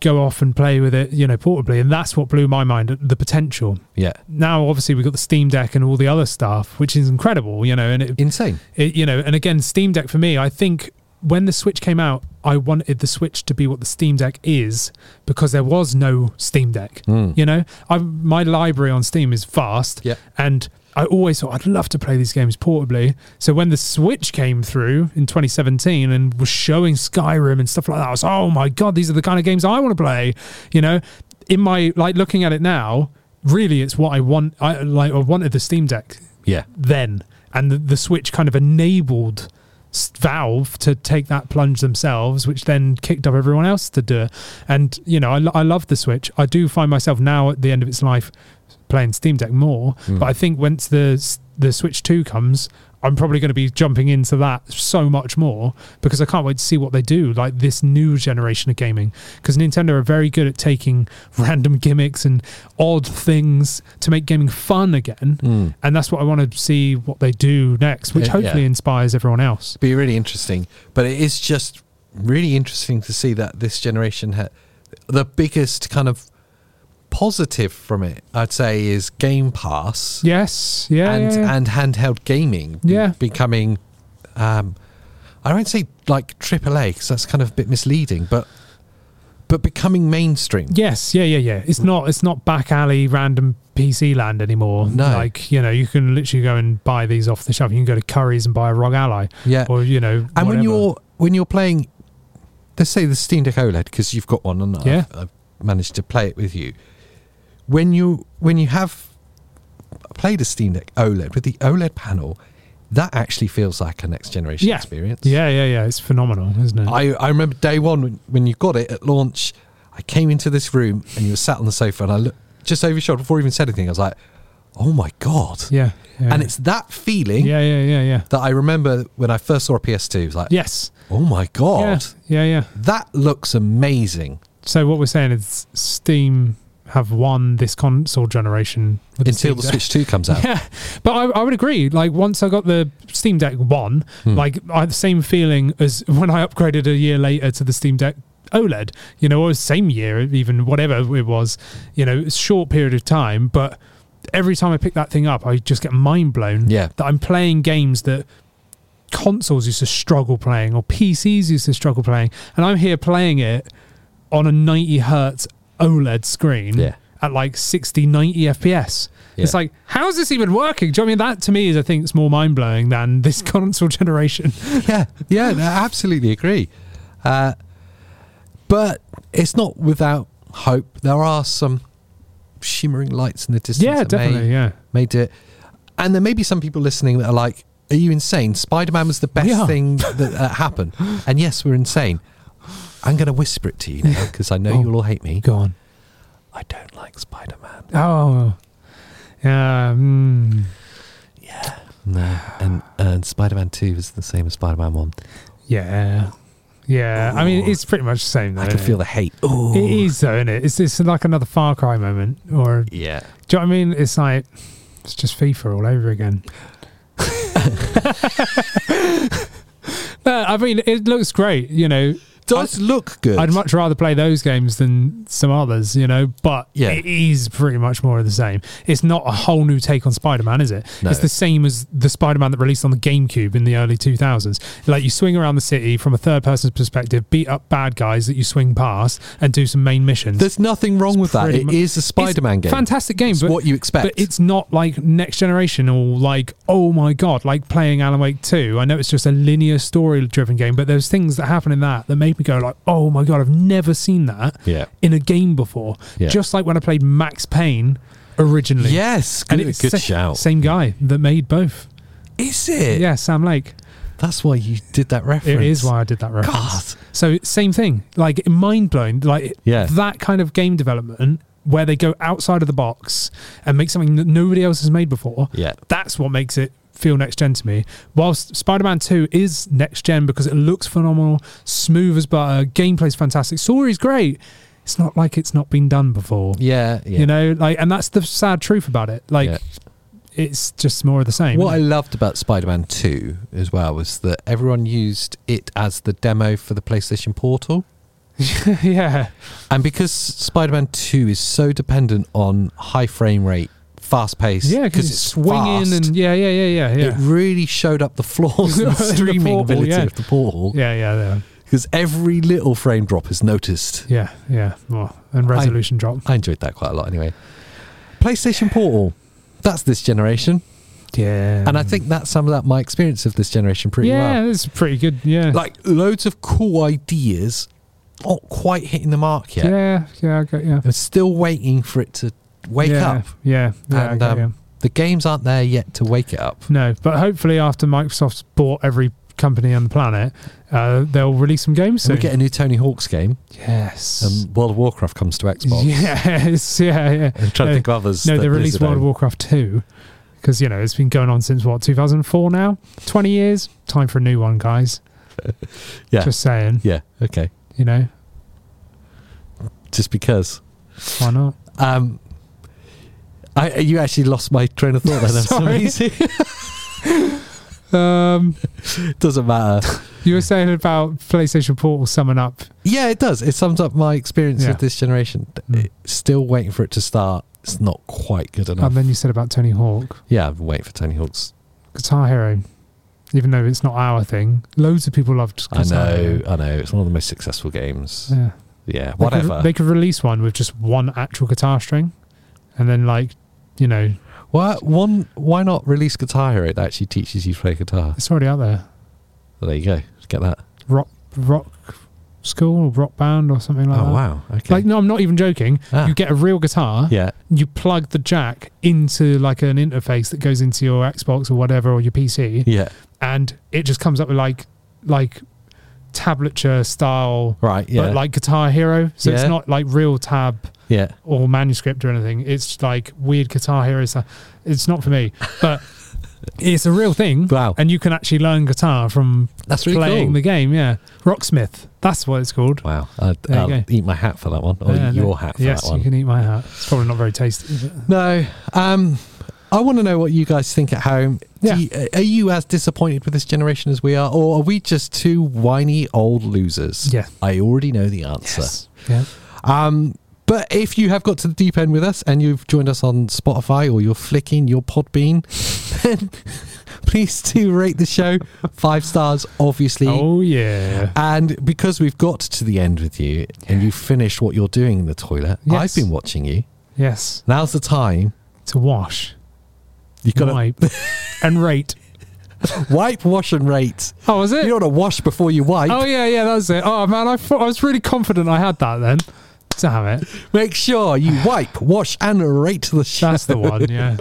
[SPEAKER 2] go off and play with it, you know, portably. And that's what blew my mind the potential.
[SPEAKER 1] Yeah.
[SPEAKER 2] Now, obviously, we've got the Steam Deck and all the other stuff, which is incredible, you know, and it
[SPEAKER 1] Insane.
[SPEAKER 2] it, you know, and again, Steam Deck for me, I think when the Switch came out, I wanted the Switch to be what the Steam Deck is because there was no Steam Deck.
[SPEAKER 1] Mm.
[SPEAKER 2] You know, I my library on Steam is vast,
[SPEAKER 1] Yeah.
[SPEAKER 2] and I always thought I'd love to play these games portably. So when the Switch came through in 2017 and was showing Skyrim and stuff like that, I was oh my god, these are the kind of games I want to play. You know, in my like looking at it now, really, it's what I want. I like I wanted the Steam Deck
[SPEAKER 1] Yeah.
[SPEAKER 2] then, and the, the Switch kind of enabled S- Valve to take that plunge themselves, which then kicked up everyone else to do it. And you know, I, lo- I love the Switch. I do find myself now at the end of its life playing Steam Deck more,
[SPEAKER 1] Hmm.
[SPEAKER 2] but I think once the s- the Switch Two comes. I'm probably going to be jumping into that so much more because I can't wait to see what they do, like this new generation of gaming. Because Nintendo are very good at taking [laughs] random gimmicks and odd things to make gaming fun again
[SPEAKER 1] Mm.
[SPEAKER 2] and that's what I want to see what they do next, which
[SPEAKER 1] Yeah,
[SPEAKER 2] hopefully
[SPEAKER 1] yeah.
[SPEAKER 2] inspires everyone else.
[SPEAKER 1] be really interesting. But it is just really interesting to see that this generation had the biggest kind of positive from it. I'd say is Game Pass
[SPEAKER 2] Yes, yeah,
[SPEAKER 1] and
[SPEAKER 2] yeah, yeah.
[SPEAKER 1] and handheld gaming.
[SPEAKER 2] Yeah.
[SPEAKER 1] becoming. Um, I won't say like AAA because that's kind of a bit misleading, but but becoming mainstream.
[SPEAKER 2] yes, yeah, yeah, yeah. It's not it's not back alley random PC land anymore.
[SPEAKER 1] No.
[SPEAKER 2] like you know, you can literally go and buy these off the shelf. You can go to Curry's and buy a Rog Ally,
[SPEAKER 1] Yeah.
[SPEAKER 2] or you know,
[SPEAKER 1] And when
[SPEAKER 2] whatever.
[SPEAKER 1] you're when you're playing, let's say the Steam Deck OLED because you've got one and I've-
[SPEAKER 2] Yeah.
[SPEAKER 1] I've, managed to play it with you. E When you when you have played a Steam Deck OLED with the OLED panel, that actually feels like a next generation
[SPEAKER 2] Yeah.
[SPEAKER 1] experience.
[SPEAKER 2] Yeah, yeah, yeah. It's phenomenal, isn't it?
[SPEAKER 1] I, I remember day one when, when you got it at launch, I came into this room and you were sat on the sofa and I looked just over your shoulder before I even said anything. I was like, oh my God.
[SPEAKER 2] yeah, yeah.
[SPEAKER 1] And it's that feeling
[SPEAKER 2] yeah, yeah, yeah, yeah.
[SPEAKER 1] that I remember when I first saw a PS2. It was like,
[SPEAKER 2] Yes.
[SPEAKER 1] oh my
[SPEAKER 2] Yeah,
[SPEAKER 1] God,
[SPEAKER 2] yeah, yeah.
[SPEAKER 1] that looks amazing
[SPEAKER 2] So what we're saying is Steam have won this console generation with
[SPEAKER 1] until
[SPEAKER 2] Steam
[SPEAKER 1] the
[SPEAKER 2] Deck.
[SPEAKER 1] Switch 2 comes [laughs] out.
[SPEAKER 2] Yeah, but I, I would agree. Like once I got the Steam Deck One,
[SPEAKER 1] Hmm.
[SPEAKER 2] like I had the same feeling as when I upgraded a year later to the Steam Deck OLED. You know, or same year, even whatever it was. You know, it's a short period of time, but every time I pick that thing up, I just get mind blown.
[SPEAKER 1] Yeah.
[SPEAKER 2] that I'm playing games that consoles used to struggle playing or PCs used to struggle playing, and I'm here playing it on a 90 hertz OLED screen
[SPEAKER 1] Yeah.
[SPEAKER 2] at like 60, 90 FPS. It's
[SPEAKER 1] Yeah.
[SPEAKER 2] like, how is this even working? Do you know what I mean? That to me is, I think, it's more mind blowing than [laughs] this console
[SPEAKER 1] [laughs]
[SPEAKER 2] generation.
[SPEAKER 1] yeah, yeah, no, I absolutely agree. Uh, but it's not without hope. There are some shimmering lights in the distance.
[SPEAKER 2] yeah,
[SPEAKER 1] that may-
[SPEAKER 2] definitely. Yeah.
[SPEAKER 1] may do it. And there may be some people listening that are like, "Are you insane? Spider Man was the best
[SPEAKER 2] We are.
[SPEAKER 1] thing that uh, [laughs] happened." And yes, we're insane. I'm going to whisper it to you now because I know
[SPEAKER 2] Oh.
[SPEAKER 1] you'll all hate me.
[SPEAKER 2] Go on.
[SPEAKER 1] I don't like Spider Man.
[SPEAKER 2] Oh. Yeah. Mm,
[SPEAKER 1] No, and and Spider Man Two is the same as Spider Man One.
[SPEAKER 2] yeah. Yeah. I mean, it's pretty much the same, though.
[SPEAKER 1] Oh. I can
[SPEAKER 2] innit?
[SPEAKER 1] feel the hate. Oh,
[SPEAKER 2] It is, though, isn't it? It's, it's like another Far Cry moment. Or, do
[SPEAKER 1] Yeah.
[SPEAKER 2] you know what I mean? It's like, it's just FIFA all
[SPEAKER 1] [laughs]
[SPEAKER 2] over again. no, I mean, it looks great, you know.
[SPEAKER 1] Does look good.
[SPEAKER 2] I'd much rather play those games than some others, you know. But
[SPEAKER 1] Yeah.
[SPEAKER 2] it is pretty much more of the same. It's not a whole new take on Spider-Man, is it?
[SPEAKER 1] No.
[SPEAKER 2] It's the same as the Spider-Man that released on the GameCube in the early 2000s. Like you swing around the city from a third-person perspective, beat up bad guys that you swing past, and do some main missions.
[SPEAKER 1] There's nothing wrong with that.
[SPEAKER 2] pretty
[SPEAKER 1] It
[SPEAKER 2] mu-
[SPEAKER 1] is a Spider Man game.
[SPEAKER 2] Fantastic game,
[SPEAKER 1] It's
[SPEAKER 2] but
[SPEAKER 1] what you expect.
[SPEAKER 2] but it's not like next generation or like oh my god, like playing Alan Wake two. I know it's just a linear story driven game, but there's things that happen in that that make me go like oh my god, I've never seen that
[SPEAKER 1] Yeah.
[SPEAKER 2] in a game before.
[SPEAKER 1] Yeah.
[SPEAKER 2] Just like when I played Max Payne originally.
[SPEAKER 1] yes, good,
[SPEAKER 2] it's
[SPEAKER 1] good
[SPEAKER 2] sa-
[SPEAKER 1] shout.
[SPEAKER 2] Same guy that made both.
[SPEAKER 1] Is it?
[SPEAKER 2] Yeah, Sam Lake.
[SPEAKER 1] That's why you did that reference.
[SPEAKER 2] It is why I did that reference.
[SPEAKER 1] God.
[SPEAKER 2] So same thing, like mind blowing, like
[SPEAKER 1] Yeah.
[SPEAKER 2] that kind of game development where they go outside of the box and make something that nobody else has made before.
[SPEAKER 1] Yeah.
[SPEAKER 2] That's what makes it feel next gen to me. Whilst Spider-Man 2 is next gen because it looks phenomenal, smooth as butter, gameplay's fantastic, story's great. It's not like it's not been done before.
[SPEAKER 1] Yeah. Yeah.
[SPEAKER 2] You know, like and that's the sad truth about it. Like
[SPEAKER 1] Yeah.
[SPEAKER 2] it's just more of the same.
[SPEAKER 1] What I
[SPEAKER 2] isn't
[SPEAKER 1] loved about Spider Man 2 as well was that everyone used it as the demo for the PlayStation Portal.
[SPEAKER 2] it? [laughs] yeah.
[SPEAKER 1] And because Spider Man 2 is so dependent on high frame rate, fast pace,
[SPEAKER 2] Yeah, because it's swinging
[SPEAKER 1] fast,
[SPEAKER 2] and yeah, yeah, yeah, yeah, yeah.
[SPEAKER 1] It really showed up the
[SPEAKER 2] [laughs]
[SPEAKER 1] flaws and
[SPEAKER 2] The
[SPEAKER 1] the streaming
[SPEAKER 2] portal,
[SPEAKER 1] ability
[SPEAKER 2] yeah.
[SPEAKER 1] of the portal
[SPEAKER 2] yeah, yeah, yeah.
[SPEAKER 1] because every little frame drop is noticed.
[SPEAKER 2] Yeah, yeah. Well, and
[SPEAKER 1] I-
[SPEAKER 2] resolution drop.
[SPEAKER 1] I enjoyed that quite a lot anyway. PlayStation Portal, that's this generation.
[SPEAKER 2] Yeah.
[SPEAKER 1] And I think that summed up my experience of this generation pretty well.
[SPEAKER 2] Yeah, it's pretty good. Yeah.
[SPEAKER 1] like loads of cool ideas not quite hitting the mark yet.
[SPEAKER 2] yeah, yeah, I got yeah.
[SPEAKER 1] I'm still waiting for it to wake
[SPEAKER 2] yeah,
[SPEAKER 1] up.
[SPEAKER 2] Yeah. yeah, I
[SPEAKER 1] And,
[SPEAKER 2] got
[SPEAKER 1] um,
[SPEAKER 2] you.
[SPEAKER 1] The games aren't there yet to wake it up.
[SPEAKER 2] No, but hopefully after Microsoft's bought every company on the planet, uh, they'll release some games
[SPEAKER 1] So
[SPEAKER 2] soon.
[SPEAKER 1] we get a new Tony Hawk's game,
[SPEAKER 2] yes.
[SPEAKER 1] and World of Warcraft comes to
[SPEAKER 2] [laughs]
[SPEAKER 1] Xbox.
[SPEAKER 2] yes. Yeah. Yeah.
[SPEAKER 1] I'm trying
[SPEAKER 2] No,
[SPEAKER 1] to think of others.
[SPEAKER 2] No,
[SPEAKER 1] that
[SPEAKER 2] they released
[SPEAKER 1] Blizzard
[SPEAKER 2] World of
[SPEAKER 1] own.
[SPEAKER 2] Warcraft two because you know it's been going on since what 2004 now, 20 years. Time for a new one, guys.
[SPEAKER 1] [laughs] Yeah.
[SPEAKER 2] Just saying.
[SPEAKER 1] Yeah, okay.
[SPEAKER 2] You know
[SPEAKER 1] Just because.
[SPEAKER 2] why not?
[SPEAKER 1] Um, I, you actually lost my train of thought. Then.
[SPEAKER 2] [laughs]
[SPEAKER 1] That's
[SPEAKER 2] Sorry.
[SPEAKER 1] [laughs] amazing.
[SPEAKER 2] Um,
[SPEAKER 1] Doesn't matter.
[SPEAKER 2] You were saying about PlayStation Portal summing up.
[SPEAKER 1] Yeah, it does. It sums up my experience
[SPEAKER 2] Yeah.
[SPEAKER 1] of this generation.
[SPEAKER 2] Mm.
[SPEAKER 1] Still waiting for it to start. It's not quite good enough.
[SPEAKER 2] And then you said about Tony Hawk,
[SPEAKER 1] Yeah, I've been waiting for Tony Hawk's.
[SPEAKER 2] Guitar Hero. Even though it's not our thing, loads of people loved
[SPEAKER 1] I
[SPEAKER 2] Guitar
[SPEAKER 1] know,
[SPEAKER 2] Hero.
[SPEAKER 1] I know. It's one of the most successful games.
[SPEAKER 2] Yeah.
[SPEAKER 1] Yeah,
[SPEAKER 2] They
[SPEAKER 1] whatever.
[SPEAKER 2] Could, they could release one with just one actual guitar string and then, like, you know,
[SPEAKER 1] Why, one, why not release Guitar Hero that actually teaches you to play guitar?
[SPEAKER 2] it's already out there.
[SPEAKER 1] Well, there you go. Get that.
[SPEAKER 2] Rock, rock School or Rock Band or something like that.
[SPEAKER 1] Oh wow. Okay.
[SPEAKER 2] Uh, Like no, I'm not even joking.
[SPEAKER 1] Ah.
[SPEAKER 2] You get a real guitar.
[SPEAKER 1] yeah.
[SPEAKER 2] You plug the jack into like an interface that goes into your Xbox or whatever or your PC,
[SPEAKER 1] Yeah.
[SPEAKER 2] and it just comes up with like like tablature style,
[SPEAKER 1] Right. Yeah.
[SPEAKER 2] but like Guitar Hero. So it's
[SPEAKER 1] Yeah.
[SPEAKER 2] not like real tab
[SPEAKER 1] yeah.
[SPEAKER 2] or manuscript or anything. It's like weird Guitar Hero stuff. It's not for me,
[SPEAKER 1] [laughs]
[SPEAKER 2] but it's a real thing.
[SPEAKER 1] Wow.
[SPEAKER 2] And you can actually learn guitar from
[SPEAKER 1] That's really
[SPEAKER 2] playing
[SPEAKER 1] cool.
[SPEAKER 2] the game. Yeah, Rocksmith. That's what it's called.
[SPEAKER 1] Wow. I'd,
[SPEAKER 2] There you
[SPEAKER 1] I'll
[SPEAKER 2] go.
[SPEAKER 1] eat my hat for that one, or
[SPEAKER 2] Yeah,
[SPEAKER 1] Oh, your
[SPEAKER 2] no-
[SPEAKER 1] hat for
[SPEAKER 2] yes,
[SPEAKER 1] that one.
[SPEAKER 2] you can eat my hat. It's probably not very tasty. Is it?
[SPEAKER 1] No. Um, I want to know what you guys think at home. Do
[SPEAKER 2] Yeah.
[SPEAKER 1] you- uh, are you as disappointed with this generation as we are, or are we just two whiny old losers?
[SPEAKER 2] Yeah.
[SPEAKER 1] I already know the answer.
[SPEAKER 2] Yeah.
[SPEAKER 1] Um, but if you have got to the deep end with us and you've joined us on Spotify or you're flicking your Podbean, [laughs] then please do rate the show five stars, obviously.
[SPEAKER 2] Oh yeah.
[SPEAKER 1] And because we've got to the end with you and you finished what you're doing in the toilet,
[SPEAKER 2] Yes.
[SPEAKER 1] I've been watching you.
[SPEAKER 2] Yes.
[SPEAKER 1] Now's the time.
[SPEAKER 2] To wash,
[SPEAKER 1] You've got [laughs] to
[SPEAKER 2] wipe, and rate.
[SPEAKER 1] wipe, wash, and
[SPEAKER 2] [laughs]
[SPEAKER 1] rate.
[SPEAKER 2] Oh, is
[SPEAKER 1] You
[SPEAKER 2] it?
[SPEAKER 1] don't want to wash before you wipe.
[SPEAKER 2] Oh yeah, yeah. That was it. Oh man, I thought I was really confident I had that then. Damn it.
[SPEAKER 1] Make sure you wipe, wash, and rate the show.
[SPEAKER 2] That's the one. Yeah.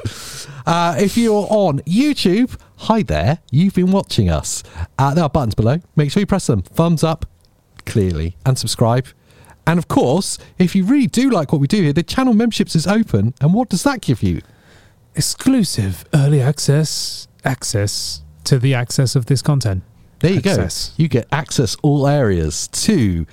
[SPEAKER 1] Uh, if you're on YouTube, hi there. You've been watching us. Uh, there are buttons below. Make sure you press them. Thumbs up, clearly, and subscribe. And of course, if you really do like what we do here, the channel memberships is open. And what does that give you?
[SPEAKER 2] exclusive early access access to the access of this content.
[SPEAKER 1] There you
[SPEAKER 2] Access.
[SPEAKER 1] go. You get access all areas to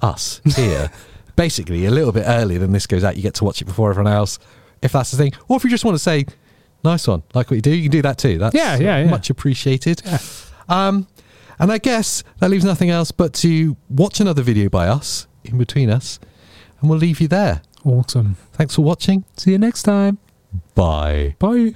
[SPEAKER 1] us
[SPEAKER 2] [laughs]
[SPEAKER 1] here. Basically, a little bit earlier than this goes out, you get to watch it before everyone else, if that's the thing. Or if you just want to say, nice one, like what you do, you can do that too. That's
[SPEAKER 2] Yeah, yeah, yeah.
[SPEAKER 1] much appreciated. Um, and I guess that leaves nothing else but to watch another video by us, in between us, and we'll leave you there.
[SPEAKER 2] Awesome.
[SPEAKER 1] Thanks for watching.
[SPEAKER 2] See you next time.
[SPEAKER 1] Bye.
[SPEAKER 2] Bye.